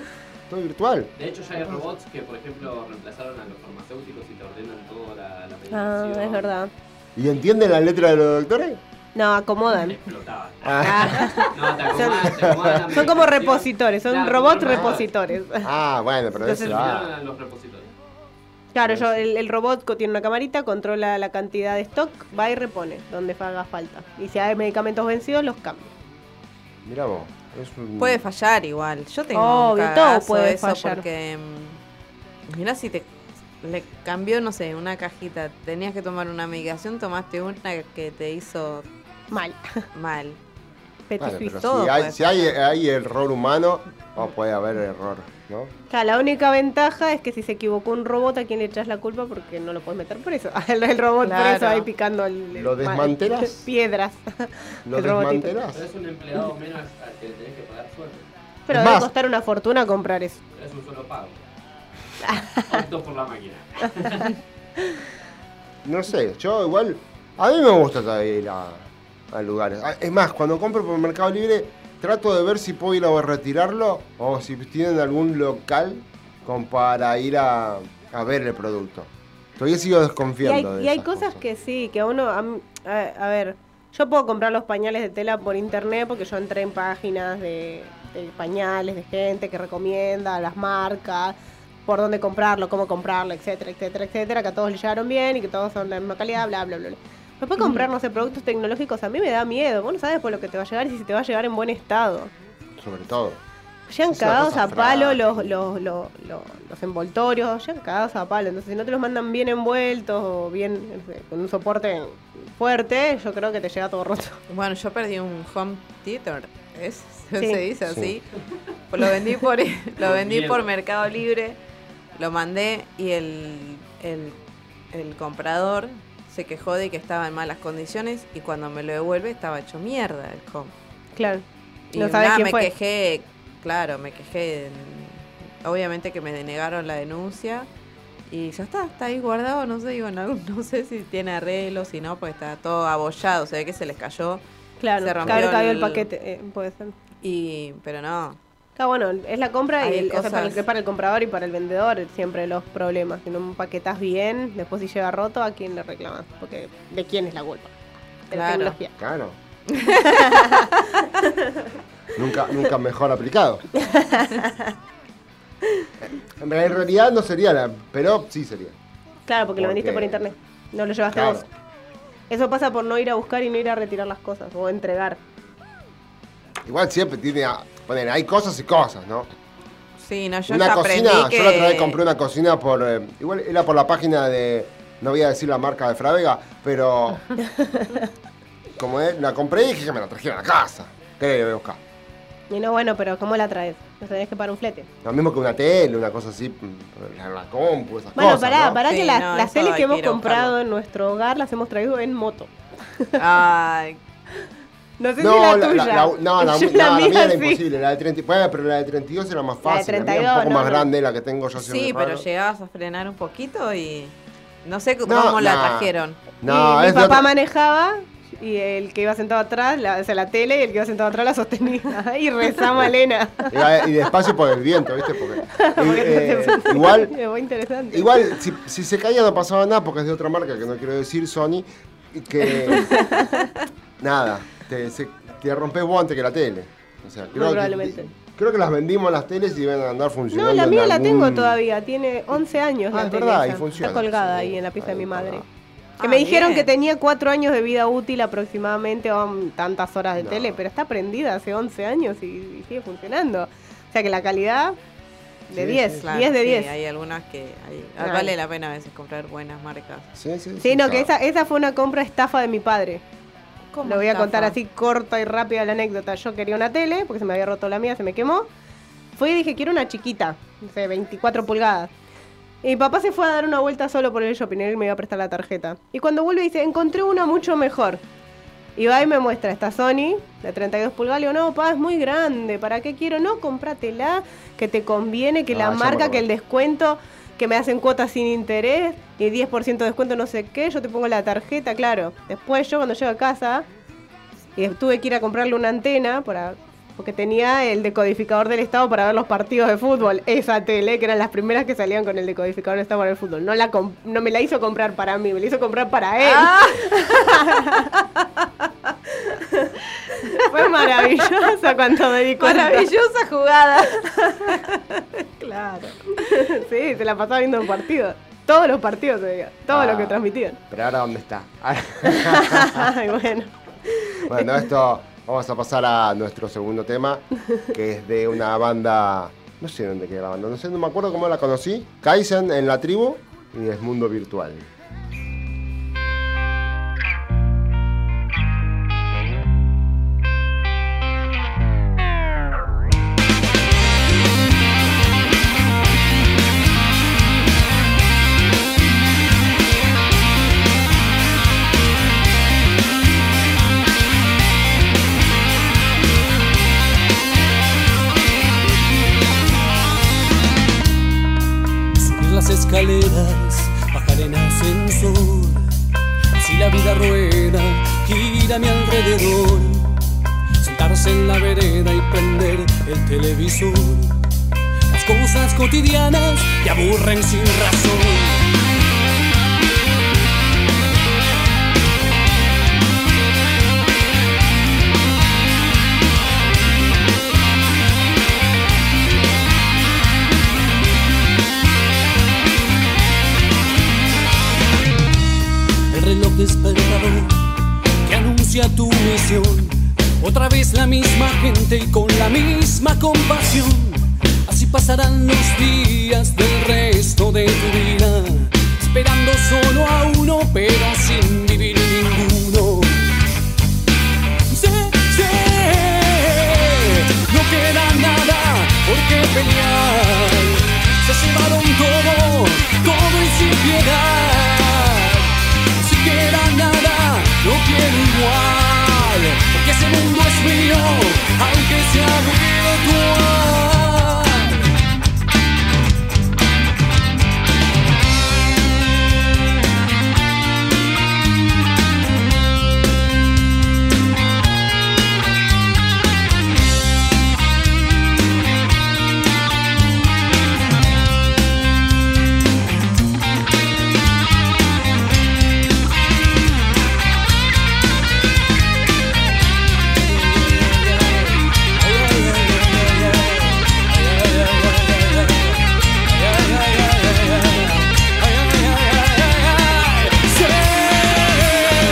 S3: todo virtual.
S6: De hecho, ya hay robots que, por ejemplo, reemplazaron a los farmacéuticos y te ordenan toda la, la medicación.
S5: Ah, es verdad.
S3: ¿Y entienden la letra de los doctores?
S5: No, acomodan.
S6: Explotaban.
S3: Ah,
S6: No, te acomodan, te acomodan la
S5: Son como
S6: medicación.
S5: repositores, son
S6: Claro,
S5: robots
S6: son
S5: repositores.
S3: ah, bueno, pero
S6: Se
S3: eso.
S6: eliminaron
S3: Ah,
S6: a los repositores.
S5: [laughs] Claro, yo, el, el robot co- tiene una camarita, controla la cantidad de stock, va y repone donde haga falta. Y si hay medicamentos vencidos, los cambia.
S3: mirá vos. Es un-
S4: Puede fallar igual. Yo tengo un
S5: Obvio, todo
S4: cagazo
S5: puede
S4: eso
S5: fallar.
S4: porque mm, mirá si te le cambió, no sé, una cajita, tenías que tomar una medicación, tomaste una que te hizo
S5: Mal. [laughs]
S4: mal.
S5: Petit
S3: Bueno,
S5: suisse.
S3: pero
S4: todo
S3: si hay,
S4: puede
S3: si hay, hay error humano, o puede haber error, ¿no?
S5: Claro, la única ventaja es que si se equivocó un robot, ¿a quién le echas la culpa? Porque no lo puedes meter preso. [laughs] El, el robot
S4: Claro.
S5: preso ahí picando el, el
S3: ¿Lo
S5: pa-
S3: desmantelas?
S5: [laughs] piedras.
S3: ¿Lo
S5: [laughs] El robotito.
S3: desmantelás?
S6: Pero es un empleado menos al que le tenés que pagar sueldo.
S5: Pero
S3: Es
S5: debe
S3: más-
S5: costar una fortuna comprar eso.
S6: Pero es un solo
S5: [laughs]
S6: pago. Opto por la máquina.
S3: No sé, yo igual. A mí me gusta todavía ir a, a lugares. Ah, Es más, cuando compro por Mercado Libre, trato de ver si puedo ir a retirarlo o si tienen algún local con, para ir a, a ver el producto. Todavía sigo
S5: Y hay,
S3: desconfiando. de
S5: y hay
S3: esas
S5: cosas, que sí, que a uno. A, mí- a- a ver, yo puedo comprar los pañales de tela por internet porque yo entré en páginas de, de pañales, de gente que recomienda, las marcas, por dónde comprarlo, cómo comprarlo, etcétera, etcétera, etcétera, que a todos le llegaron bien y que todos son de la misma calidad, bla, bla, bla. bla. Pero puedo comprar, no sé, productos tecnológicos, a mí me da miedo. Vos no sabes por lo que te va a llegar y si te va a llegar en buen estado.
S3: Sobre todo.
S5: Ya han
S3: Es una
S5: cagados
S3: cosa
S5: a palo
S3: frágil.
S5: los, los, los, los, los envoltorios, ya han cagados a palo. Entonces, si no te los mandan bien envueltos o bien no sé, con un soporte fuerte, yo creo que te llega todo roto.
S4: Bueno, yo perdí un home theater, ¿es? [laughs] ¿Se
S5: Sí.
S4: dice así? Pues
S3: Sí.
S4: Lo vendí por, lo vendí por
S6: Mierda.
S4: Mercado Libre, lo mandé y el, el, el comprador se quejó de que estaba en malas condiciones y cuando me lo devuelve estaba hecho mierda el home.
S5: Claro.
S4: Y
S5: [laughs] No sabes
S4: nada,
S5: quién
S4: me
S5: fue.
S4: quejé, claro, me quejé. en- Obviamente que me denegaron la denuncia y ya está, está ahí guardado, no sé, digo, en algún- no [laughs] sé si tiene arreglo, si no, porque está todo abollado, se ve que se les cayó.
S5: Claro,
S4: se
S5: claro,
S4: rompió
S5: cayó el
S4: el-
S5: paquete, eh, puede ser.
S4: Y, pero no,
S5: Claro, bueno, es la compra y
S4: Hay
S5: el- o sea, para, el,
S4: cosas-
S5: para el comprador y para el vendedor siempre los problemas. Si no empaquetás bien, después si llega roto, ¿a quién le reclamas? Porque ¿de quién es la culpa? De la
S4: Claro.
S5: tecnología. [laughs]
S3: Claro. nunca, nunca mejor
S5: [laughs]
S3: aplicado. En realidad no sería la. Pero sí sería.
S5: Claro, porque lo
S3: Porque-
S5: vendiste por internet. No lo llevaste
S3: Claro.
S5: vos. Eso pasa por no ir a buscar y no ir a retirar las cosas o entregar.
S3: Igual siempre tiene. a- poner, hay cosas y cosas, ¿no?
S4: sí, no, yo
S3: una
S4: ya
S3: cocina.
S4: aprendí que...
S3: Yo la otra vez compré una cocina por. eh, igual era por la página de. No voy a decir la marca de Fravega,
S5: [laughs]
S3: pero. como es, la compré y dije que me la trajeron a la casa. ¿Qué le voy a buscar?
S5: Y no, bueno, pero ¿cómo la traes? No tenés que pagar un flete.
S3: Lo mismo que una tele, una cosa así, mm, la, la compu, esas
S5: Bueno,
S3: cosas.
S5: pará,
S3: ¿no?
S5: pará
S4: Sí,
S5: que las,
S4: no,
S5: las
S4: eso
S5: teles
S4: hay
S5: que
S4: que
S5: hemos
S4: ir a
S5: comprado en nuestro hogar las hemos traído en moto.
S4: [laughs] Ay,
S5: No sé si
S3: No,
S5: la,
S3: la,
S5: tuya.
S3: la- la-
S5: [laughs]
S3: no, la,
S5: Yo
S3: no, la
S5: mía
S3: mía era
S5: sí.
S3: imposible. La de 30, bueno, pero la de 32 era más
S5: La de
S3: fácil. La, mía
S5: 32,
S3: un poco
S5: no,
S3: más
S5: no.
S3: grande la que tengo yo. hace
S4: sí,
S3: un
S4: pero
S3: rato.
S4: llegabas a frenar un poquito y no sé cu-
S3: No,
S4: cómo la
S3: nah.
S4: trajeron.
S3: No,
S5: y mi
S3: es de
S5: papá
S3: otra-
S5: manejaba y el que iba sentado atrás, la, o sea, la tele y el que iba sentado atrás la sostenía. [laughs] y rezaba Elena.
S3: Iba- eh, Y despacio por el viento, ¿viste? Porque, y, eh,
S5: [laughs] Porque entonces- [laughs]
S3: igual,
S5: Muy interesante.
S3: Igual, si, si se caía no pasaba nada porque es de otra marca que no quiero decir, Sony, y que
S5: [laughs]
S3: nada, te, se- te rompes vos antes que la tele. O sea, creo,
S5: probablemente.
S3: Que, creo que las vendimos las teles y iban a andar funcionando.
S5: No, la
S3: en
S5: mía la
S3: algún-
S5: tengo todavía, tiene 11 años.
S3: Ah,
S5: la
S3: es
S5: tele
S3: verdad,
S5: esa.
S3: y funciona.
S5: Está colgada
S3: Sí,
S5: ahí en la pieza de
S3: ahí
S5: mi madre.
S3: colgada.
S5: Que
S4: Ah,
S5: me dijeron
S4: bien.
S5: que tenía 4 años de vida útil aproximadamente, o mm, tantas horas de
S3: No.
S5: tele, pero está prendida hace 11 años y, y sigue funcionando. O sea que la calidad de
S3: Sí,
S5: 10,
S3: sí, sí.
S5: 10 de
S4: sí,
S5: 10.
S4: hay algunas que hay-
S5: Ah.
S4: vale la pena a veces comprar buenas marcas.
S3: Sí, sí,
S5: Sí, no,
S3: o sea,
S5: que esa, esa fue una compra estafa de mi padre.
S4: ¿Cómo
S5: Lo voy a
S4: estafa?
S5: contar así corta y rápida la anécdota. Yo quería una tele, porque se me había roto la mía, se me quemó. Fui y dije, quiero una chiquita, no sé, 24 pulgadas. Y mi papá se fue a dar una vuelta solo por el shopping, él me iba a prestar la tarjeta. Y cuando vuelve dice, encontré una mucho mejor. Y va y me muestra esta Sony de 32 pulgadas. Le digo, no, papá, es muy grande. ¿Para qué quiero? No, cómpratela, que te conviene, que
S3: Ah,
S5: la
S3: ya me
S5: marca,
S3: acordé.
S5: que el descuento, que me hacen cuotas sin interés, y 10% de descuento, no sé qué. Yo te pongo la tarjeta, claro. Después yo cuando llego a casa, y tuve que ir a comprarle una antena para porque tenía el decodificador del Estado para ver los partidos de fútbol, esa tele, que eran las primeras que salían con el decodificador del Estado para el fútbol. No, la comp- no me la hizo comprar para mí, me la hizo comprar para él. Fue maravillosa cuando me di cuenta.
S4: Maravillosa jugada.
S5: Claro. sí, se la pasaba viendo un partido. Todos los partidos, se veía. Todo
S3: Ah.
S5: lo que
S8: [laughs]
S5: transmitían.
S3: Pero ahora, ¿dónde
S5: [laughs]
S3: está?
S5: Ay, bueno.
S3: bueno, esto vamos a pasar a nuestro segundo tema, que es de una banda. No sé dónde queda la banda, no sé, no me acuerdo cómo la conocí. Kaizen en la tribu y es mundo virtual.
S9: subir las escaleras, bajar en ascensor. Si la vida rueda, gira a mi alrededor. Sentarse en la vereda y prender el televisor. Las cosas cotidianas te aburren sin razón. el reloj despertador que anuncia tu misión. Otra vez la misma gente y con la misma compasión. Así pasarán los días del resto de tu vida, esperando solo a uno, pero sin vivir ninguno. Sé, sé, no queda nada por qué pelear. Se llevaron todo, todo y sin piedad. Si queda nada, lo quiero igual. Porque ese mundo es mío, aunque sea virtual. Sé,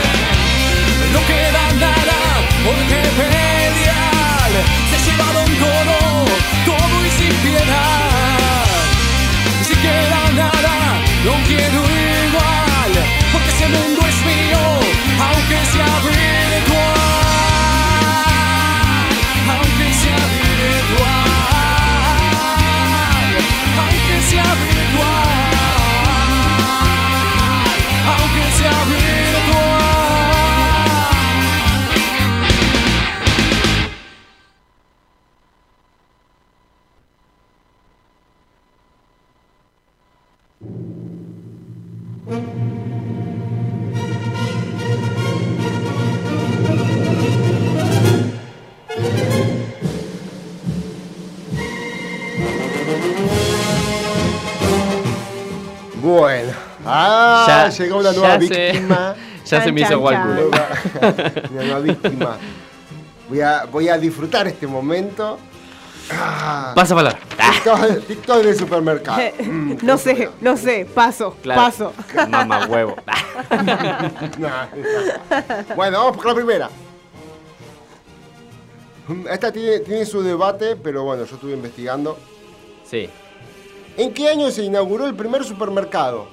S9: No queda nada por qué pelear. Se llevaron todo, todo y sin piedad. Ni siquiera nada, no quiero igual. Porque ese mundo es mío, aunque sea virtual. Aunque sea virtual. Aunque sea virtual. Aunque sea virtual.
S3: Bueno. Ah, llegó la nueva
S8: ya se-
S3: víctima.
S8: [laughs] ya se me hizo
S5: Chan,
S8: agua el
S5: chan,
S8: culo.
S5: chan.
S3: Nueva- [laughs] una nueva víctima. Voy a, voy a disfrutar este momento. Ah,
S8: Pasa palabra.
S3: TikTok, TikTok del supermercado. Mm,
S5: [laughs] Eh, No sé, no sé, paso,
S8: Claro.
S5: paso.
S8: Mamá huevo.
S3: Nah. bueno, vamos por la primera. Esta tiene, tiene su debate, pero bueno, yo estuve investigando.
S8: [laughs] Sí.
S3: ¿En qué año se inauguró el primer supermercado?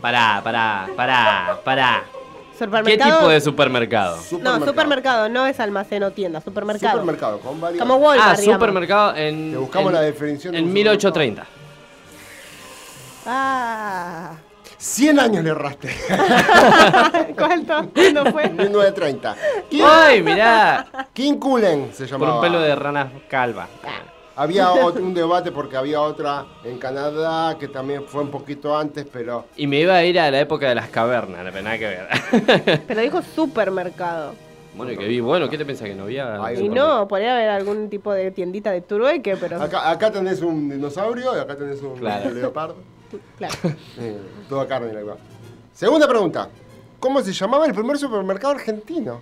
S8: Pará, pará, pará, pará. ¿Qué
S5: Supermercado.
S8: tipo de supermercado?
S5: No, supermercado, no es almacén o tienda, supermercado.
S3: Supermercado, con varios.
S5: Como Walmart,
S8: Ah,
S5: digamos.
S8: supermercado en.
S3: Te buscamos
S8: en-
S3: la definición de
S8: En
S3: un
S8: 1830.
S5: Ah, [laughs]
S3: 100 años le erraste.
S5: ¿cuánto? ¿Cuándo fue?
S3: 1930. Kim,
S8: ¡Ay, mirá!
S3: Kim Cullen se
S8: Por
S3: llamaba.
S8: un pelo de rana calva.
S5: Ah.
S3: Había otro- un debate porque había otra en Canadá que también fue un poquito antes, pero
S8: Y me iba a ir a la época de las cavernas, no, pero nada
S3: [laughs]
S8: que ver.
S5: Pero dijo supermercado.
S8: bueno, que vi, bueno, ¿qué te pensás que no había?
S3: Ay,
S5: Y no, podría haber algún tipo de tiendita de turbeque, pero.
S3: acá, acá tenés un dinosaurio y acá tenés un
S8: Claro.
S3: leopardo.
S5: Claro.
S3: Eh, toda carne la igual. Segunda pregunta. ¿Cómo se llamaba el primer supermercado argentino?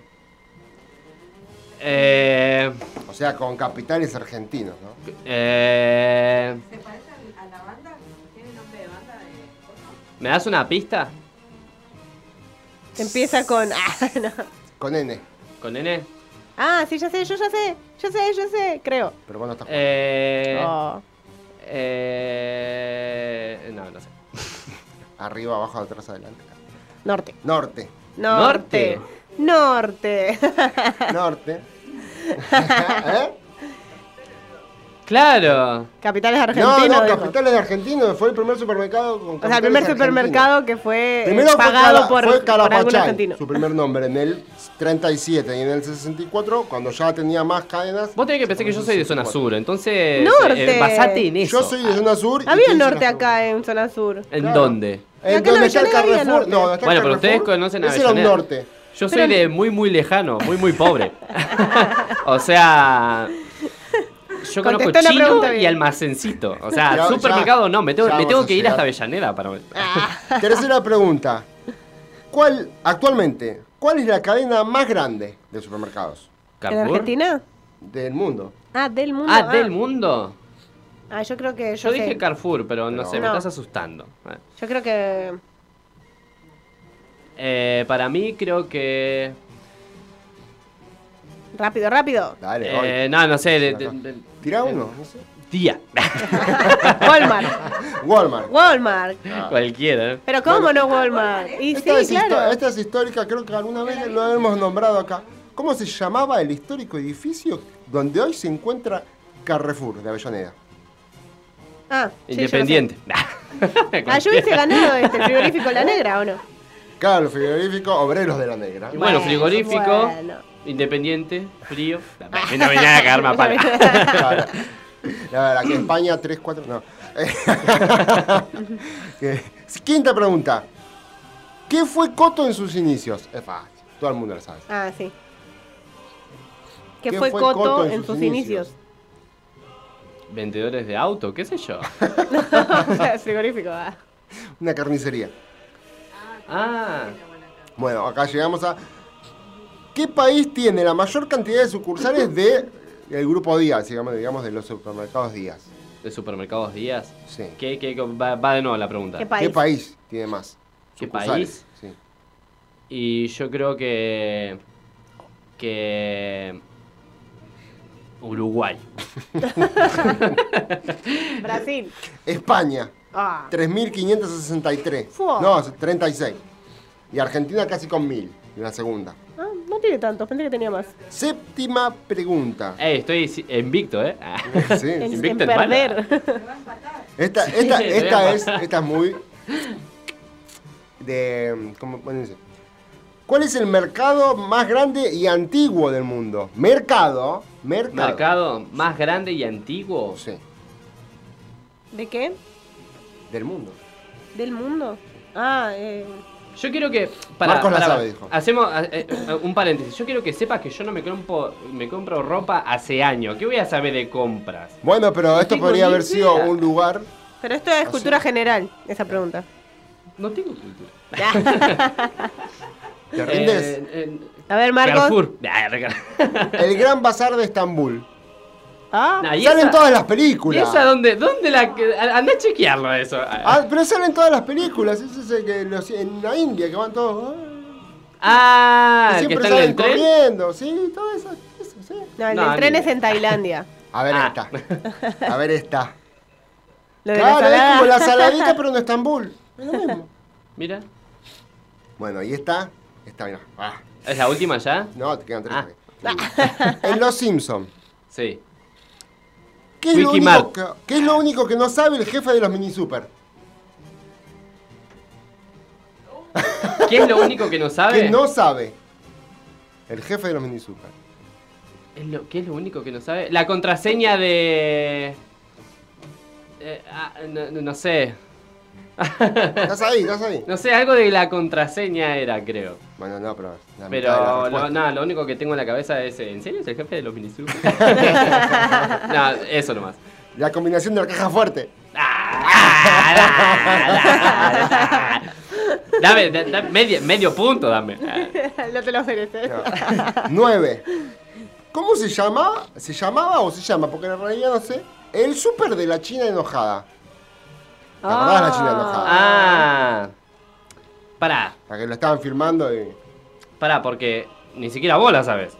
S8: Eh,
S3: O sea, con capitales argentinos, ¿no?
S8: eh,
S4: ¿Se parece a la banda? ¿Tiene nombre de banda? De...
S8: ¿Me das una pista?
S5: Empieza con. [laughs] Ah, no.
S3: Con N.
S8: ¿Con N?
S5: Ah, sí, ya sé, yo ya sé, yo sé, yo sé, creo.
S3: Pero bueno, está
S8: Eh,
S5: Oh.
S8: eh, no, no sé.
S3: arriba, abajo, atrás, adelante.
S5: Norte.
S3: Norte.
S5: [laughs] Norte. Norte. [laughs]
S3: Norte. ¿Eh?
S8: Claro.
S5: Capitales
S3: No,
S5: argentinos.
S3: no,
S5: dijo.
S3: capitales argentinos. Fue el primer supermercado con
S5: O sea, el primer
S3: capitales
S5: supermercado que fue eh,
S3: argentinos. Primero
S5: pagado
S3: fue,
S5: por,
S3: Cara- fue
S5: por algún
S3: Carapachay,
S5: argentino.
S3: su primer nombre, en el 37 y en el 64, cuando ya tenía más cadenas.
S8: Vos tenés que pensar que yo soy de zona sur, entonces.
S5: Norte.
S8: eh, basate en eso.
S3: Yo soy de zona sur. y
S5: Había
S3: tú
S5: norte
S3: zona sur.
S5: acá en zona sur.
S8: ¿En
S3: Claro.
S8: dónde?
S5: Acá
S3: ¿En
S5: en
S3: dónde está el
S5: Avellaneda había
S3: Carrefour?
S5: norte.
S3: No, ¿dónde está el
S8: Bueno,
S3: Carrefour?
S8: pero ustedes conocen a
S3: Ese era un
S8: Avellaneda.
S3: norte.
S8: Yo soy de muy, muy lejano, muy, muy
S5: [laughs]
S8: pobre. o sea. Yo conozco
S5: Contestó la
S8: chino
S5: pregunta bien.
S8: y almacencito. O sea,
S3: Ya-
S8: supermercado
S3: ya-
S8: no, me tengo,
S3: ya
S8: me
S3: vamos
S8: tengo
S3: a
S8: que ir
S3: llegar.
S8: hasta Avellaneda para.
S5: Ah,
S3: Tercera pregunta. ¿Cuál, actualmente, cuál es la cadena más grande de supermercados
S5: ¿En
S8: ¿Carrefour?
S5: Argentina?
S3: del mundo?
S5: Ah, del mundo.
S8: Ah, del mundo.
S5: Ah, yo creo que.
S8: Yo
S5: Yo,
S8: dije
S5: sé.
S8: Carrefour, pero no,
S3: No.
S8: sé, me
S5: No.
S8: estás asustando.
S5: Yo creo que.
S8: Eh, para mí creo que.
S5: Rápido, rápido.
S3: Dale,
S8: Eh,
S3: hoy.
S8: no, no sé. de- de- de-
S3: Tirá uno. no sé.
S8: día. [laughs]
S5: Walmart.
S3: Walmart.
S5: Walmart.
S3: Ah.
S8: Cualquiera. ¿eh?
S5: Pero ¿cómo no Walmart? Y sí,
S3: Esta, es histo-
S5: claro.
S3: esta es histórica, creo que alguna vez lo hemos nombrado acá. ¿Cómo se llamaba el histórico edificio donde hoy se encuentra Carrefour de Avellaneda?
S5: Ah, sí, yo lo sé. [laughs]
S8: Independiente.
S5: Ah, yo hubiese ganado este el frigorífico La Negra, ¿o no?
S3: Claro, el frigorífico Obreros de la Negra.
S8: Bueno, frigorífico.
S5: bueno.
S8: Independiente,
S5: [laughs]
S8: frío. No me nada que arma pala.
S3: Claro. La verdad que España 3, 4,
S5: [laughs]
S3: no. Que- Quinta pregunta. ¿Qué fue Coto en sus inicios? Es fácil, todo el mundo lo sabe.
S5: Ah, sí. Que
S3: ¿Qué
S5: fue, Coto, en sus, inicios.
S8: Vendedores de auto, qué
S3: [laughs]
S8: sé yo.
S5: o [laughs] sea, el frigorífico, ah.
S3: Una carnicería.
S8: Ah,
S3: Bueno, acá llegamos a. ¿Qué país tiene la mayor cantidad de sucursales de el grupo Díaz, digamos, digamos de los supermercados Díaz?
S8: de supermercados Díaz.
S3: Sí. ¿Qué,
S8: ¿Qué, qué- va, va de nuevo la pregunta.
S5: ¿Qué país?
S3: país tiene más?
S8: ¿Qué
S3: sucursales?
S8: país?
S3: Sí.
S8: Y yo creo que. que. Uruguay.
S5: Brasil.
S3: España,
S5: Ah.
S3: 3.563.
S5: Fua.
S3: No, 36. Y Argentina casi con 1.000, en la segunda.
S5: Ah, no tiene tantos, pensé que tenía más.
S3: Séptima
S8: [laughs]
S3: pregunta.
S8: Eh, estoy si- invicto, ¿eh? Ah.
S3: [laughs] Sí.
S5: En, en
S8: Invicto en mala.
S5: perder. [laughs]
S3: Esta, esta,
S8: Sí,
S3: esta
S8: veamos.
S3: es, esta es muy. De. ¿Cómo pueden decir? ¿Cuál es el mercado más grande y antiguo del mundo? Mercado. Mercado.
S8: Mercado más grande y antiguo.
S3: Sí,
S5: ¿De qué?
S3: del mundo.
S5: ¿Del mundo? Ah, eh.
S8: Yo quiero que. Para,
S3: Marcos la
S8: para-
S3: sabe, dijo.
S8: Hacemos eh, eh, un paréntesis. Yo quiero que sepas que yo no me compro, me compro ropa hace años. ¿Qué voy a saber de compras?
S3: Bueno, pero
S8: No
S3: esto
S8: tengo
S3: podría
S8: ni
S3: haber sido
S8: idea.
S3: un lugar.
S5: Pero esto es
S8: Ah,
S3: sí.
S5: cultura general, esa pregunta.
S8: No tengo cultura.
S3: ¿Te rindes?
S8: Eh, eh,
S5: A ver, Marcos.
S8: Carrefour. Ah, Carrefour.
S3: El Gran Bazar de Estambul.
S5: Ah,
S8: Nah, ¿y
S3: Salen
S8: esa-
S3: todas las
S8: ¿y
S3: películas.
S8: esa dónde, dónde la.? Anda a chequearlo eso. Ah,
S3: Ah, pero salen todas las películas. Ese es el que los- en la India que van todos. ah, y
S8: el Ah, que
S3: siempre
S8: está en
S3: salen
S8: el tren.
S3: corriendo. Sí, todo eso. eso, sí.
S5: no, el
S8: No,
S5: del
S8: ni
S5: tren
S8: idea.
S5: es en Tailandia.
S3: A ver
S8: Ah. [laughs]
S3: esta. A ver esta.
S5: Lo de la
S3: claro, es
S5: salada.
S3: como la
S8: [laughs]
S3: saladita, pero en Estambul. Es lo mismo.
S8: Mira.
S3: Bueno, y esta. Esta, mira. Ah,
S8: ¿Es la última ya?
S3: no, te quedan tres.
S8: Ah.
S3: todavía. En Los Simpson.
S8: Sí.
S3: ¿Qué es, lo
S8: Wiki
S3: único
S8: Mark.
S3: que, qué es lo único que no sabe el jefe de los mini super?
S8: ¿Qué es lo único que no sabe?
S3: [laughs] Que no sabe. El jefe de los mini
S8: [laughs]
S3: super.
S8: ¿Es lo, ¿Qué es lo único que no sabe? La contraseña de. Eh, ah, no, no- no sé.
S3: ¿Estás ahí? ¿Estás ahí?
S8: No sé, algo de la contraseña era, creo.
S3: Bueno, no, pero. la mitad de la
S8: Pero no,
S3: respuesta.
S8: no, lo único que tengo en la cabeza es. ¿En serio es el jefe de los
S3: [laughs]
S8: minisubs? [laughs] no, eso nomás.
S3: La combinación de la caja fuerte.
S8: Ah, Dame, da- da- medio, medio punto, dame. Ah,
S5: [laughs] no te lo mereces.
S3: No. Nueve. ¿Cómo se llamaba? ¿Se llamaba o se llama? Porque en realidad no sé. El super de la China enojada. ¿Te acordás de la China enojada?
S8: Ah. Pará,
S3: La que lo estaban filmando y.
S8: pará, porque ni siquiera vos la sabes.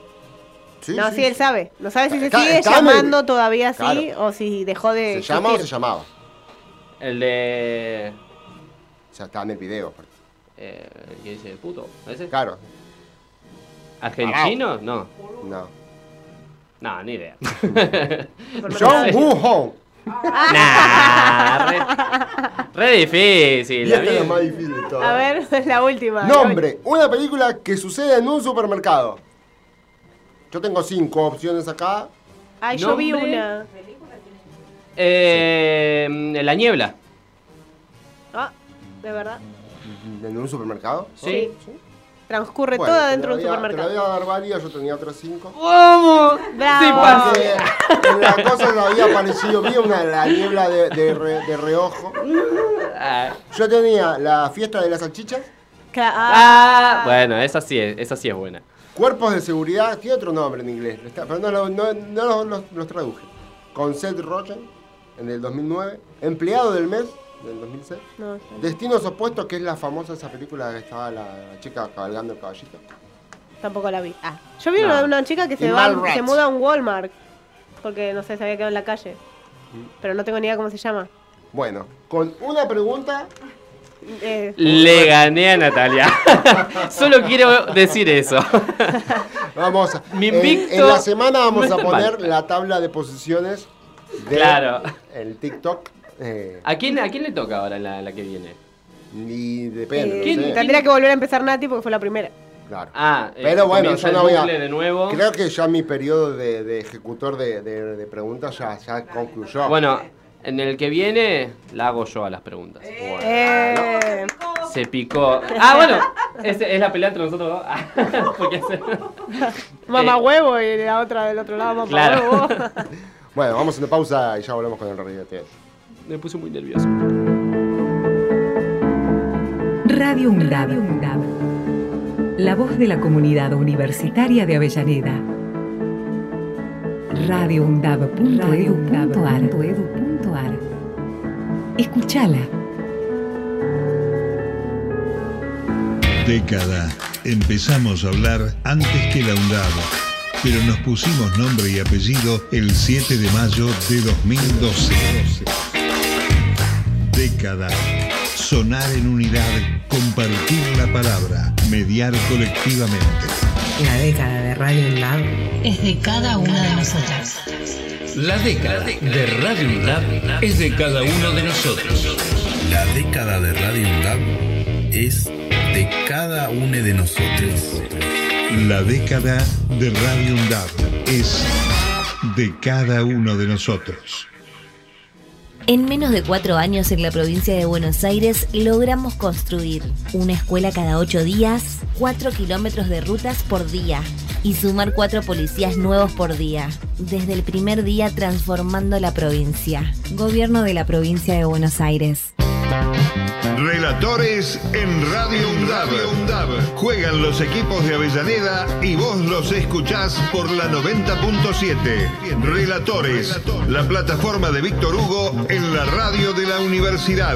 S5: No, sí, él sabe. No sabe si se
S3: Está-
S5: sigue
S3: está
S5: llamando
S3: medio-
S5: todavía así
S3: Claro.
S5: o si dejó de.
S3: ¿Se llama o se
S5: existir.
S3: llamaba?
S8: El de.
S3: O sea, estaba en el video. aparte.
S8: Eh, ¿Qué dice? ¿Puto? ¿A ¿Ese?
S3: Claro.
S8: ¿Argentino? No.
S3: No.
S8: No, ni idea.
S3: John Woo Hong.
S8: nah, re, re
S3: Y
S8: difícil.
S3: esta es la
S8: amigo.
S3: más difícil de todas.
S5: A ver, [laughs] es la última.
S3: Nombre. Una película que sucede en un supermercado. Yo tengo cinco opciones acá.
S5: Ay, yo vi
S8: Nombre.
S5: una.
S8: Eh, La niebla.
S5: Ah, de verdad.
S3: ¿En un supermercado?
S8: Sí.
S5: Transcurre
S3: Bueno,
S5: toda
S3: te
S5: dentro de
S3: la
S5: un
S3: voy a- Te la
S5: supermercado. Oh,
S3: voy a dar varias, yo tenía otras cinco.
S8: ¡Vamos!
S5: Bravo.
S8: Sí, pasé.
S3: Porque en la cosa no había aparecido. Vi una la niebla de, de re- de reojo.
S8: Ah,
S3: Yo tenía la fiesta de las salchichas.
S5: Cla-
S8: ah, bueno, esa sí, es, esa sí es buena.
S3: Cuerpos de seguridad, tiene otro nombre en inglés, está- pero no, lo- no- no los, los- los traduje. Con Seth Rogen, en el 2009, empleado del mes, del 2006.
S5: No,
S3: Destinos opuestos, que es la famosa esa película que estaba la, la chica cabalgando el caballito.
S5: Tampoco la vi. Ah. Yo vi
S10: No.
S5: una, una chica que
S10: Y
S5: se va,
S10: Mallrats.
S5: se muda a un Walmart. Porque no sé, se había quedado en la calle. Pero no tengo ni idea cómo se llama.
S3: Bueno, con una pregunta.
S5: Eh,
S8: Le gané a Natalia. [laughs] Solo quiero decir eso.
S3: Vamos a.
S8: Mi
S3: en-
S8: invicto
S3: en, la semana vamos
S8: no
S3: a
S8: está
S3: poner la tabla de posiciones de
S8: Claro.
S3: el TikTok. eh,
S8: ¿A quién, ¿A quién le toca ahora la, la que viene?
S3: y depende.
S5: eh,
S3: no
S8: ¿Quién-
S3: sé.
S5: tendría que volver a empezar Nati porque fue la primera.
S3: Claro.
S8: Ah, eh,
S3: Pero bueno,
S8: comienza
S3: yo no
S8: el
S3: voy a.
S8: bucle de nuevo.
S3: Creo que ya mi periodo de, de ejecutor de, de- de preguntas ya, ya concluyó.
S8: Bueno, en el que viene la hago yo a las preguntas. Bueno.
S5: Eh,
S8: Se picó. Ah, bueno, es, es la pelea entre nosotros dos. [laughs] Ah, porque es-
S5: mamá
S8: Eh,
S5: huevo y la otra del otro lado, mamá
S8: Claro.
S5: huevo.
S8: [laughs]
S3: Bueno, vamos a una pausa y ya volvemos con el regueteo.
S8: Me puse muy nervioso.
S1: Radio UNDAB. La voz de la comunidad universitaria de Avellaneda. Radio UNDAB.edu.ar. Escúchala.
S11: Década. Empezamos a hablar antes que la UNDAB, pero nos pusimos nombre y apellido el 7 de mayo de 2012. Década. Sonar en unidad, compartir la palabra, mediar colectivamente.
S1: La década de Radio UNDAB es de cada una de nosotras.
S2: La década de Radio UNDAB es de cada uno de nosotros.
S12: La década de Radio UNDAB es de cada uno de nosotros.
S11: La década de Radio UNDAB es de cada uno de nosotros.
S13: En menos de cuatro años en la provincia de Buenos Aires logramos construir una escuela cada ocho días, cuatro kilómetros de rutas por día y sumar cuatro policías nuevos por día. Desde el primer día transformando la provincia. Gobierno de la provincia de Buenos Aires.
S11: Relatores en Radio UNDAB. Juegan los equipos de Avellaneda y vos los escuchás por la 90.7. Relatores, la plataforma de Víctor Hugo en la radio de la universidad.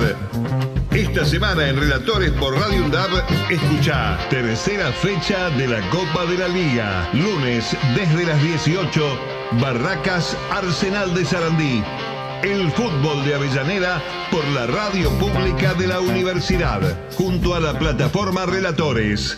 S11: Esta semana en Relatores por Radio UNDAB, escuchá. Tercera fecha de la Copa de la Liga. Lunes, desde las 18, Barracas Arsenal de Sarandí. El fútbol de Avellaneda por la radio pública de la universidad, junto a la plataforma Relatores.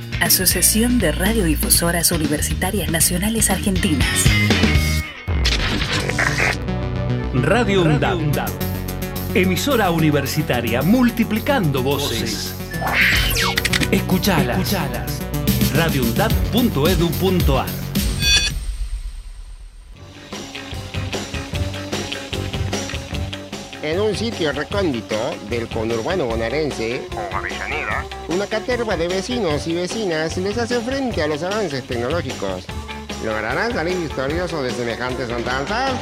S14: Asociación de Radiodifusoras Universitarias Nacionales Argentinas.
S2: Radio UNDAB. Emisora universitaria multiplicando voces. Escuchalas. radioundab.edu.ar
S3: En un sitio recóndito del conurbano bonaerense, una caterva de vecinos y vecinas les hace frente a los avances tecnológicos. ¿Lograrán salir victoriosos de semejantes andanzas?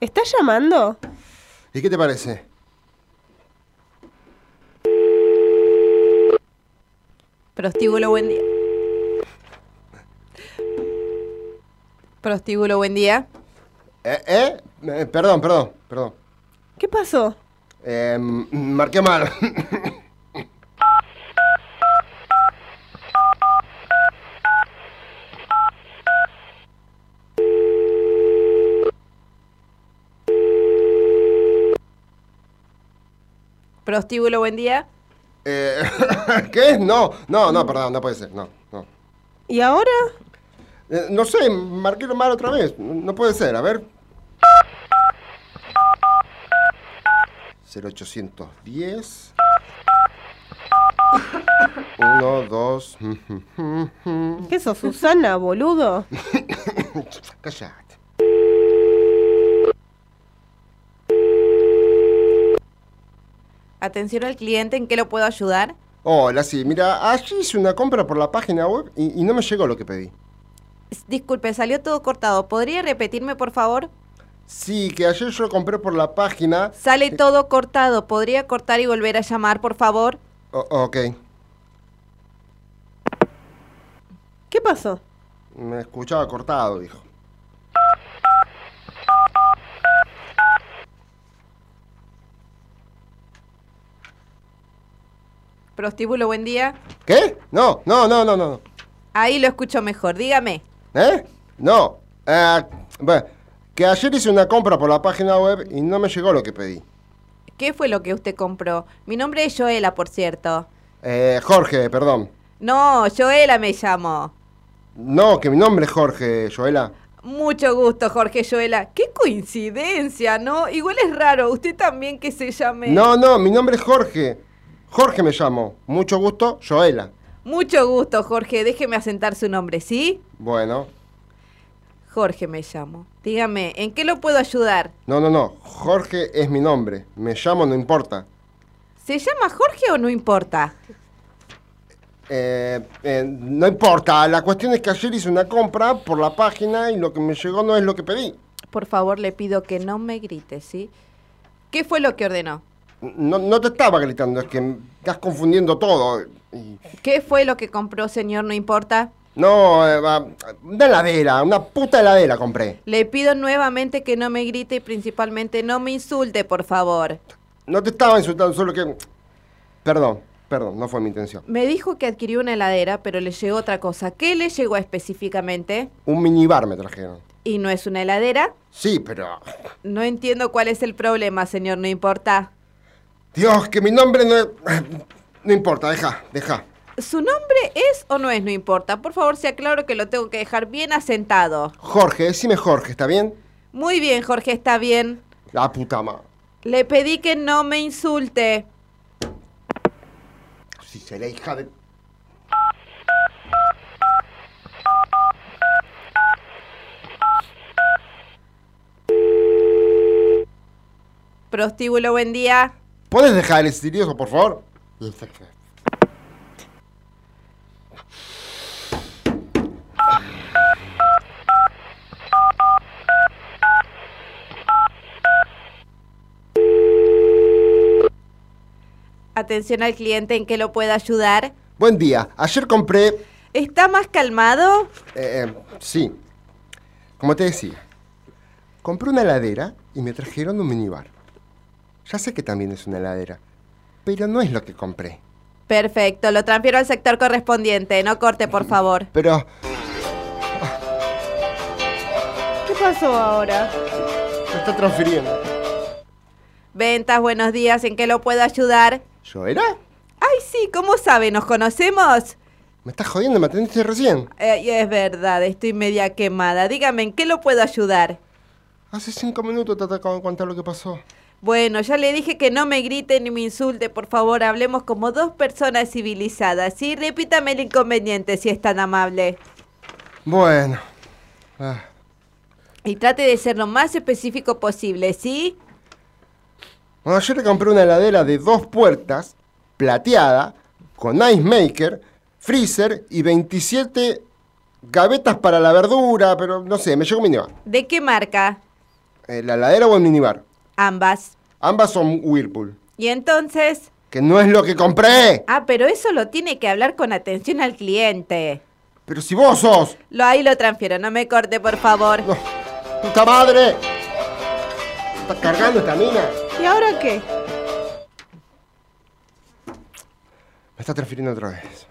S5: ¿Estás llamando?
S3: ¿Y qué te parece?
S4: Prostíbulo, buen día. Prostíbulo, buen día.
S3: Eh, eh, eh, perdón, perdón, perdón.
S5: ¿Qué pasó?
S3: Eh, mm, marqué mal. [laughs]
S4: Prostíbulo, buen día.
S3: Eh, [laughs] ¿Qué? No, no, no, perdón, no puede ser, no, no.
S5: ¿Y ahora?
S3: Eh, no sé, marqué mal otra vez, no puede ser, a ver. 0810. Uno, dos. mm,
S5: ¿Qué sos, Susana, boludo?
S3: Callate.
S4: Atención al cliente, ¿en qué lo puedo ayudar?
S3: Hola, sí, mira, allí hice una compra por la página web y, y no me llegó lo que pedí.
S4: S- Disculpe, salió todo cortado. ¿Podría repetirme, por favor?
S3: Sí, que ayer yo compré por la página.
S4: Sale todo cortado. ¿Podría cortar y volver a llamar, por favor?
S3: O- Oh, ok,
S5: ¿Qué pasó?
S3: me escuchaba cortado, dijo.
S4: Prostíbulo, buen día.
S3: ¿Qué? No, no, no, no, no. no.
S4: Ahí lo escucho mejor. Dígame.
S3: ¿Eh? No. Ah, bueno, que ayer hice una compra por la página web y no me llegó lo que pedí.
S4: ¿Qué fue lo que usted compró? Mi nombre es Joela, por cierto.
S3: Eh, Jorge, perdón.
S4: No, Joela me llamo.
S3: No, que mi nombre es Jorge, Joela.
S4: Mucho gusto, Jorge Joela. Qué coincidencia, ¿no? Igual es raro. Usted también que se llame.
S3: No, no, mi nombre es Jorge. Jorge me llamo. Mucho gusto, Joela.
S4: Mucho gusto, Jorge. Déjeme asentar su nombre, ¿sí?
S3: Bueno.
S4: Jorge me llamo. Dígame, ¿en qué lo puedo ayudar?
S3: No, no, no. Jorge es mi nombre. Me llamo, no importa.
S4: ¿Se llama Jorge o no importa?
S3: Eh, eh, no importa. La cuestión es que ayer hice una compra por la página y lo que me llegó no es lo que pedí.
S4: Por favor, le pido que no me grite, ¿sí? ¿Qué fue lo que ordenó?
S3: No, no te estaba gritando, es que m- estás confundiendo todo. Y-
S4: ¿Qué fue lo que compró, señor? No importa.
S3: No, eh, va- una heladera, una puta heladera compré.
S4: Le pido nuevamente que no me grite y principalmente no me insulte, por favor.
S3: No te estaba insultando, solo que... Perdón, perdón, no fue mi intención.
S4: Me dijo que adquirió una heladera, pero le llegó otra cosa. ¿Qué le llegó específicamente?
S3: Un minibar me trajeron.
S4: ¿Y no es una heladera?
S3: Sí, pero...
S4: No entiendo cuál es el problema, señor. No importa.
S3: Dios, que mi nombre no... es- No importa, deja, deja.
S4: ¿Su nombre es o no es? No importa. Por favor, sea claro que lo tengo que dejar bien asentado.
S3: Jorge, decime Jorge, ¿está bien?
S4: Muy bien, Jorge, está bien.
S3: La puta madre.
S4: Le pedí que no me insulte.
S3: Si será hija de...
S4: Prostíbulo, buen día.
S3: ¿Puedes dejar el estudioso, por favor?
S4: Atención al cliente en que lo pueda ayudar.
S3: Buen día, ayer compré...
S4: ¿Está más calmado?
S3: Eh, sí. Como te decía, compré una heladera y me trajeron un minibar. Ya sé que también es una heladera, pero no es lo que compré.
S4: Perfecto, lo transfiero al sector correspondiente. No corte, por favor.
S3: Pero,
S5: ¿Qué pasó ahora?
S3: Se está transfiriendo.
S4: Ventas, buenos días, ¿en qué lo puedo ayudar?
S3: ¿yo era?
S4: Ay, sí, ¿cómo sabe? ¿Nos conocemos?
S3: Me estás jodiendo, me atendiste recién.
S4: Eh, y es verdad, estoy media quemada. Dígame, ¿en qué lo puedo ayudar?
S3: Hace cinco minutos te acabo de contar lo que pasó.
S4: Bueno, ya le dije que no me grite ni me insulte, por favor, hablemos como dos personas civilizadas, ¿sí? Repítame el inconveniente si es tan amable.
S3: Bueno. Ah,
S4: Y trate de ser lo más específico posible, ¿sí?
S3: Bueno, ayer le compré una heladera de dos puertas, plateada, con ice maker, freezer y 27 gavetas para la verdura, pero no sé, me llegó un minibar.
S4: ¿De qué marca?
S3: Eh, ¿La heladera o el minibar?
S4: Ambas.
S3: Ambas son Whirlpool.
S4: Y entonces...
S3: Que no es lo que compré.
S4: Ah, pero eso lo tiene que hablar con atención al cliente.
S3: Pero si vos sos...
S4: Lo ahí lo transfiero, no me corte, por favor.
S3: ¡Puta madre! ¿Estás cargando esta mina?
S5: ¿Y ahora qué?
S3: Me está transfiriendo otra vez.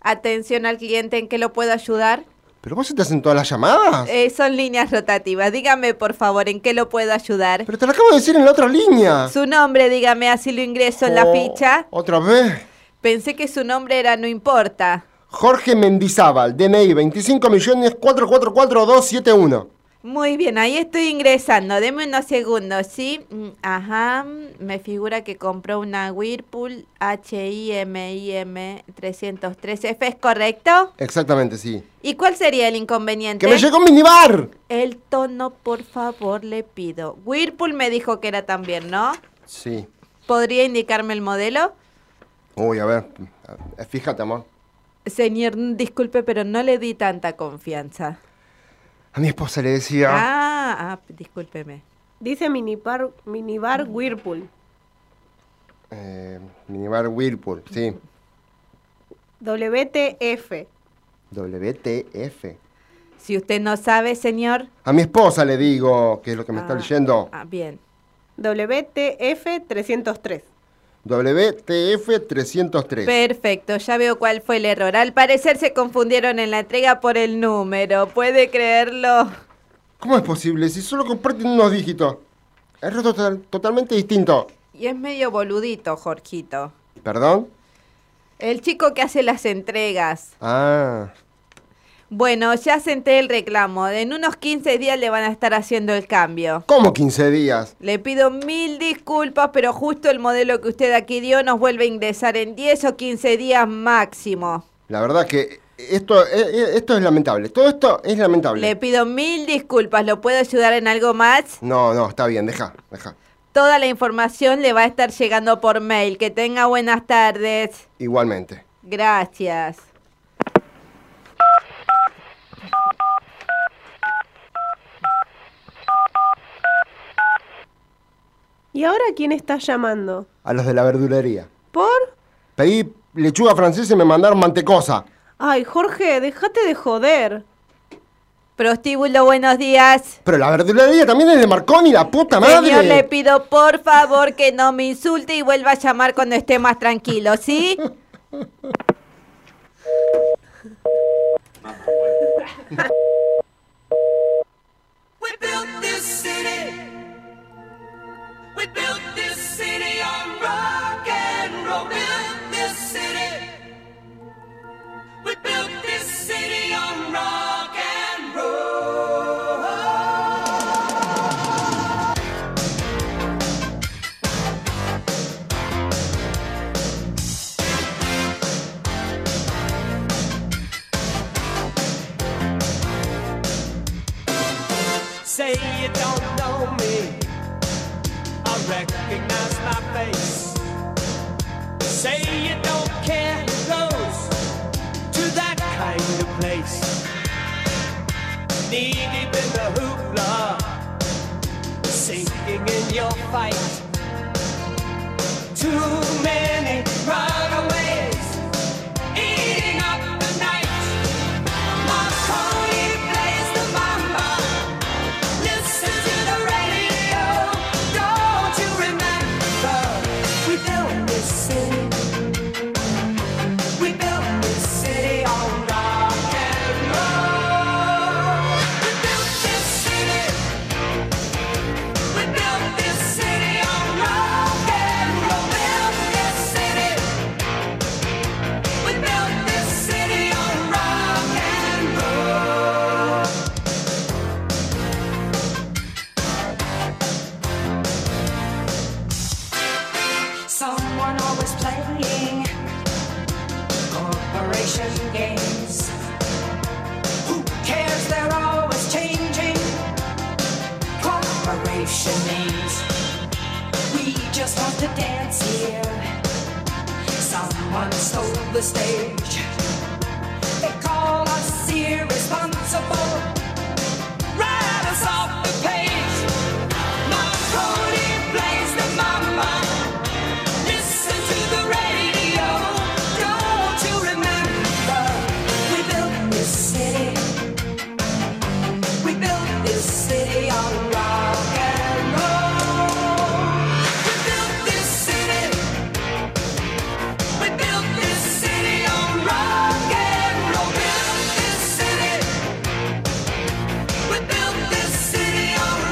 S4: Atención al cliente, ¿en qué lo puedo ayudar?
S3: ¿Pero vos se te hacen todas las llamadas?
S4: Eh, son líneas rotativas. Dígame, por favor, ¿en qué lo puedo ayudar?
S3: Pero te lo acabo de decir en la otra línea.
S4: Su nombre, dígame, así lo ingreso en la
S3: Oh.
S4: ficha.
S3: ¿Otra vez?
S4: Pensé que su nombre era no importa.
S3: Jorge Mendizábal, DNI 25.444.271.
S4: Muy bien, ahí estoy ingresando. Deme unos segundos, ¿sí? Mm, Ajá, me figura que compró una Whirlpool HIMIM 303F, ¿es correcto?
S3: Exactamente, sí.
S4: ¿Y cuál sería el inconveniente?
S3: ¡Que me llegó un minibar!
S4: El tono, por favor, le pido. Whirlpool me dijo que era también, ¿no?
S3: Sí.
S4: ¿Podría indicarme el modelo?
S3: Uy, a ver. a- Fíjate, amor.
S4: Señor, mm, disculpe, pero no le di tanta confianza.
S3: A mi esposa le decía.
S4: Ah, ah, discúlpeme.
S5: Dice minibar, minibar Whirlpool.
S3: eh, minibar Whirlpool, sí.
S5: WTF.
S3: WTF.
S4: Si usted no sabe, señor.
S3: A mi esposa le digo, que es lo que me está leyendo.
S4: Ah, bien.
S5: WTF 303.
S3: WTF 303.
S4: Perfecto, ya veo cuál fue el error. Al parecer se confundieron en la entrega por el número. ¿Puede creerlo?
S3: ¿Cómo es posible? Si solo comparten unos dígitos. Es total, totalmente distinto.
S4: Y es medio boludito, Jorgito.
S3: ¿Perdón?
S4: El chico que hace las entregas.
S3: Ah.
S4: Bueno, ya senté el reclamo. En unos 15 días le van a estar haciendo el cambio.
S3: ¿Cómo 15 días?
S4: Le pido mil disculpas, pero justo el modelo que usted aquí dio nos vuelve a ingresar en 10 o 15 días máximo.
S3: La verdad que esto, eh, eh, esto es lamentable. Todo esto es lamentable.
S4: Le pido mil disculpas. ¿Lo puedo ayudar en algo más?
S3: No, no, está bien, deja, deja.
S4: Toda la información le va a estar llegando por mail. Que tenga buenas tardes.
S3: Igualmente.
S4: Gracias.
S5: ¿Y ahora quién está llamando?
S3: A los de la verdulería.
S5: ¿Por?
S3: Pedí lechuga francesa y me mandaron mantecosa.
S5: Ay, Jorge, déjate de joder.
S4: Prostíbulo, buenos días.
S3: Pero la verdulería también es de Marconi, la puta madre.
S4: Señor, le pido por favor que no me insulte y vuelva a llamar cuando esté más tranquilo,
S3: [laughs]
S4: ¿sí?
S9: We built this city. We built this city on rock and roll. We built this city. We built this city on rock and roll.
S10: Say you don't know me. I recognize my face. Say you don't care who goes to that kind of place. Knee deep in the hoopla, sinking in your fight. Too many runaways eating up the night. Marconi plays the mamba. Listen to the radio. Don't you remember? We built this city. We built this city on rock and roll. We built this city. We built this city on rock and roll. Built this city. We built this city on rock and roll. Someone always playing corporation games. Who cares? They're always changing corporation names. We just want to dance here. Someone stole the stage. They call us irresponsible. Write us off the page. Marconi plays the mama. Listen to the radio. Don't you remember? We built this city. We built this city on rock and roll. We built this city. We built this city on rock and roll. Built this city. Oh,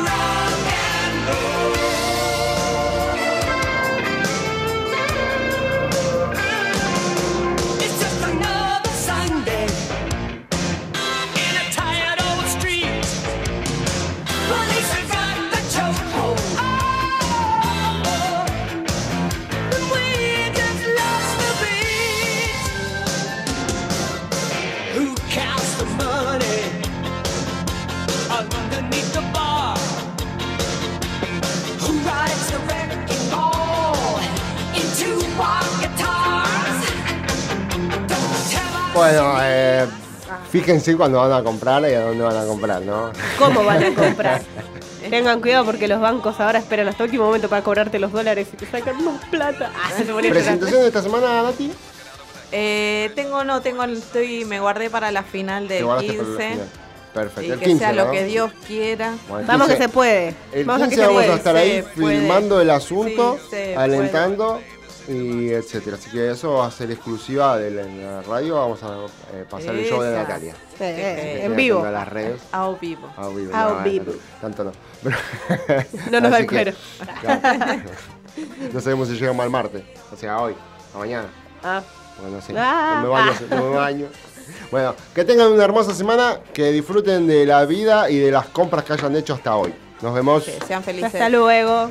S3: Bueno, eh, fíjense cuando van a comprar y a dónde van a comprar, ¿no?
S5: ¿Cómo van
S4: [laughs]
S5: a comprar? Tengan cuidado porque los bancos ahora esperan hasta el último momento para cobrarte los dólares y te sacan más plata. Ah, se te ponía a llorar.
S3: ¿Presentación de esta semana, Nati?
S4: Eh, tengo, no, tengo, estoy, me guardé para la final
S3: Te
S4: del
S3: guardaste para la
S4: 15.
S3: final. Perfecto,
S4: Y
S3: el
S4: que
S3: 15,
S4: sea lo
S3: ¿no?
S4: que Dios quiera.
S3: Bueno, el
S5: Vamos que
S3: 15.
S5: se puede.
S3: El
S5: Vamos
S3: 15
S5: a que se
S3: vamos
S5: puede.
S3: a estar ahí
S5: Se puede.
S3: filmando el asunto,
S5: Sí, se
S3: alentando y etcétera. Así que eso va a ser exclusiva de la, en la radio. Vamos a eh, pasar el show de
S4: Esas.
S3: Natalia.
S4: Sí,
S3: Así que
S5: eh, en
S3: estén atentos
S5: vivo.
S3: A las redes.
S4: A vivo.
S3: A vivo.
S4: A
S3: no,
S4: vivo.
S3: no, tanto no. [laughs]
S4: No nos da
S3: Así
S4: el
S3: que,
S4: cuero.
S3: claro. [laughs] no sabemos si llegamos al martes. O sea, hoy, a mañana.
S5: Ah.
S3: Bueno, sí.
S5: Ah.
S3: No me baño, no me baño. Bueno, que tengan una hermosa semana, que disfruten de la vida y de las compras que hayan hecho hasta hoy. Nos vemos.
S4: Sean felices.
S5: Hasta luego.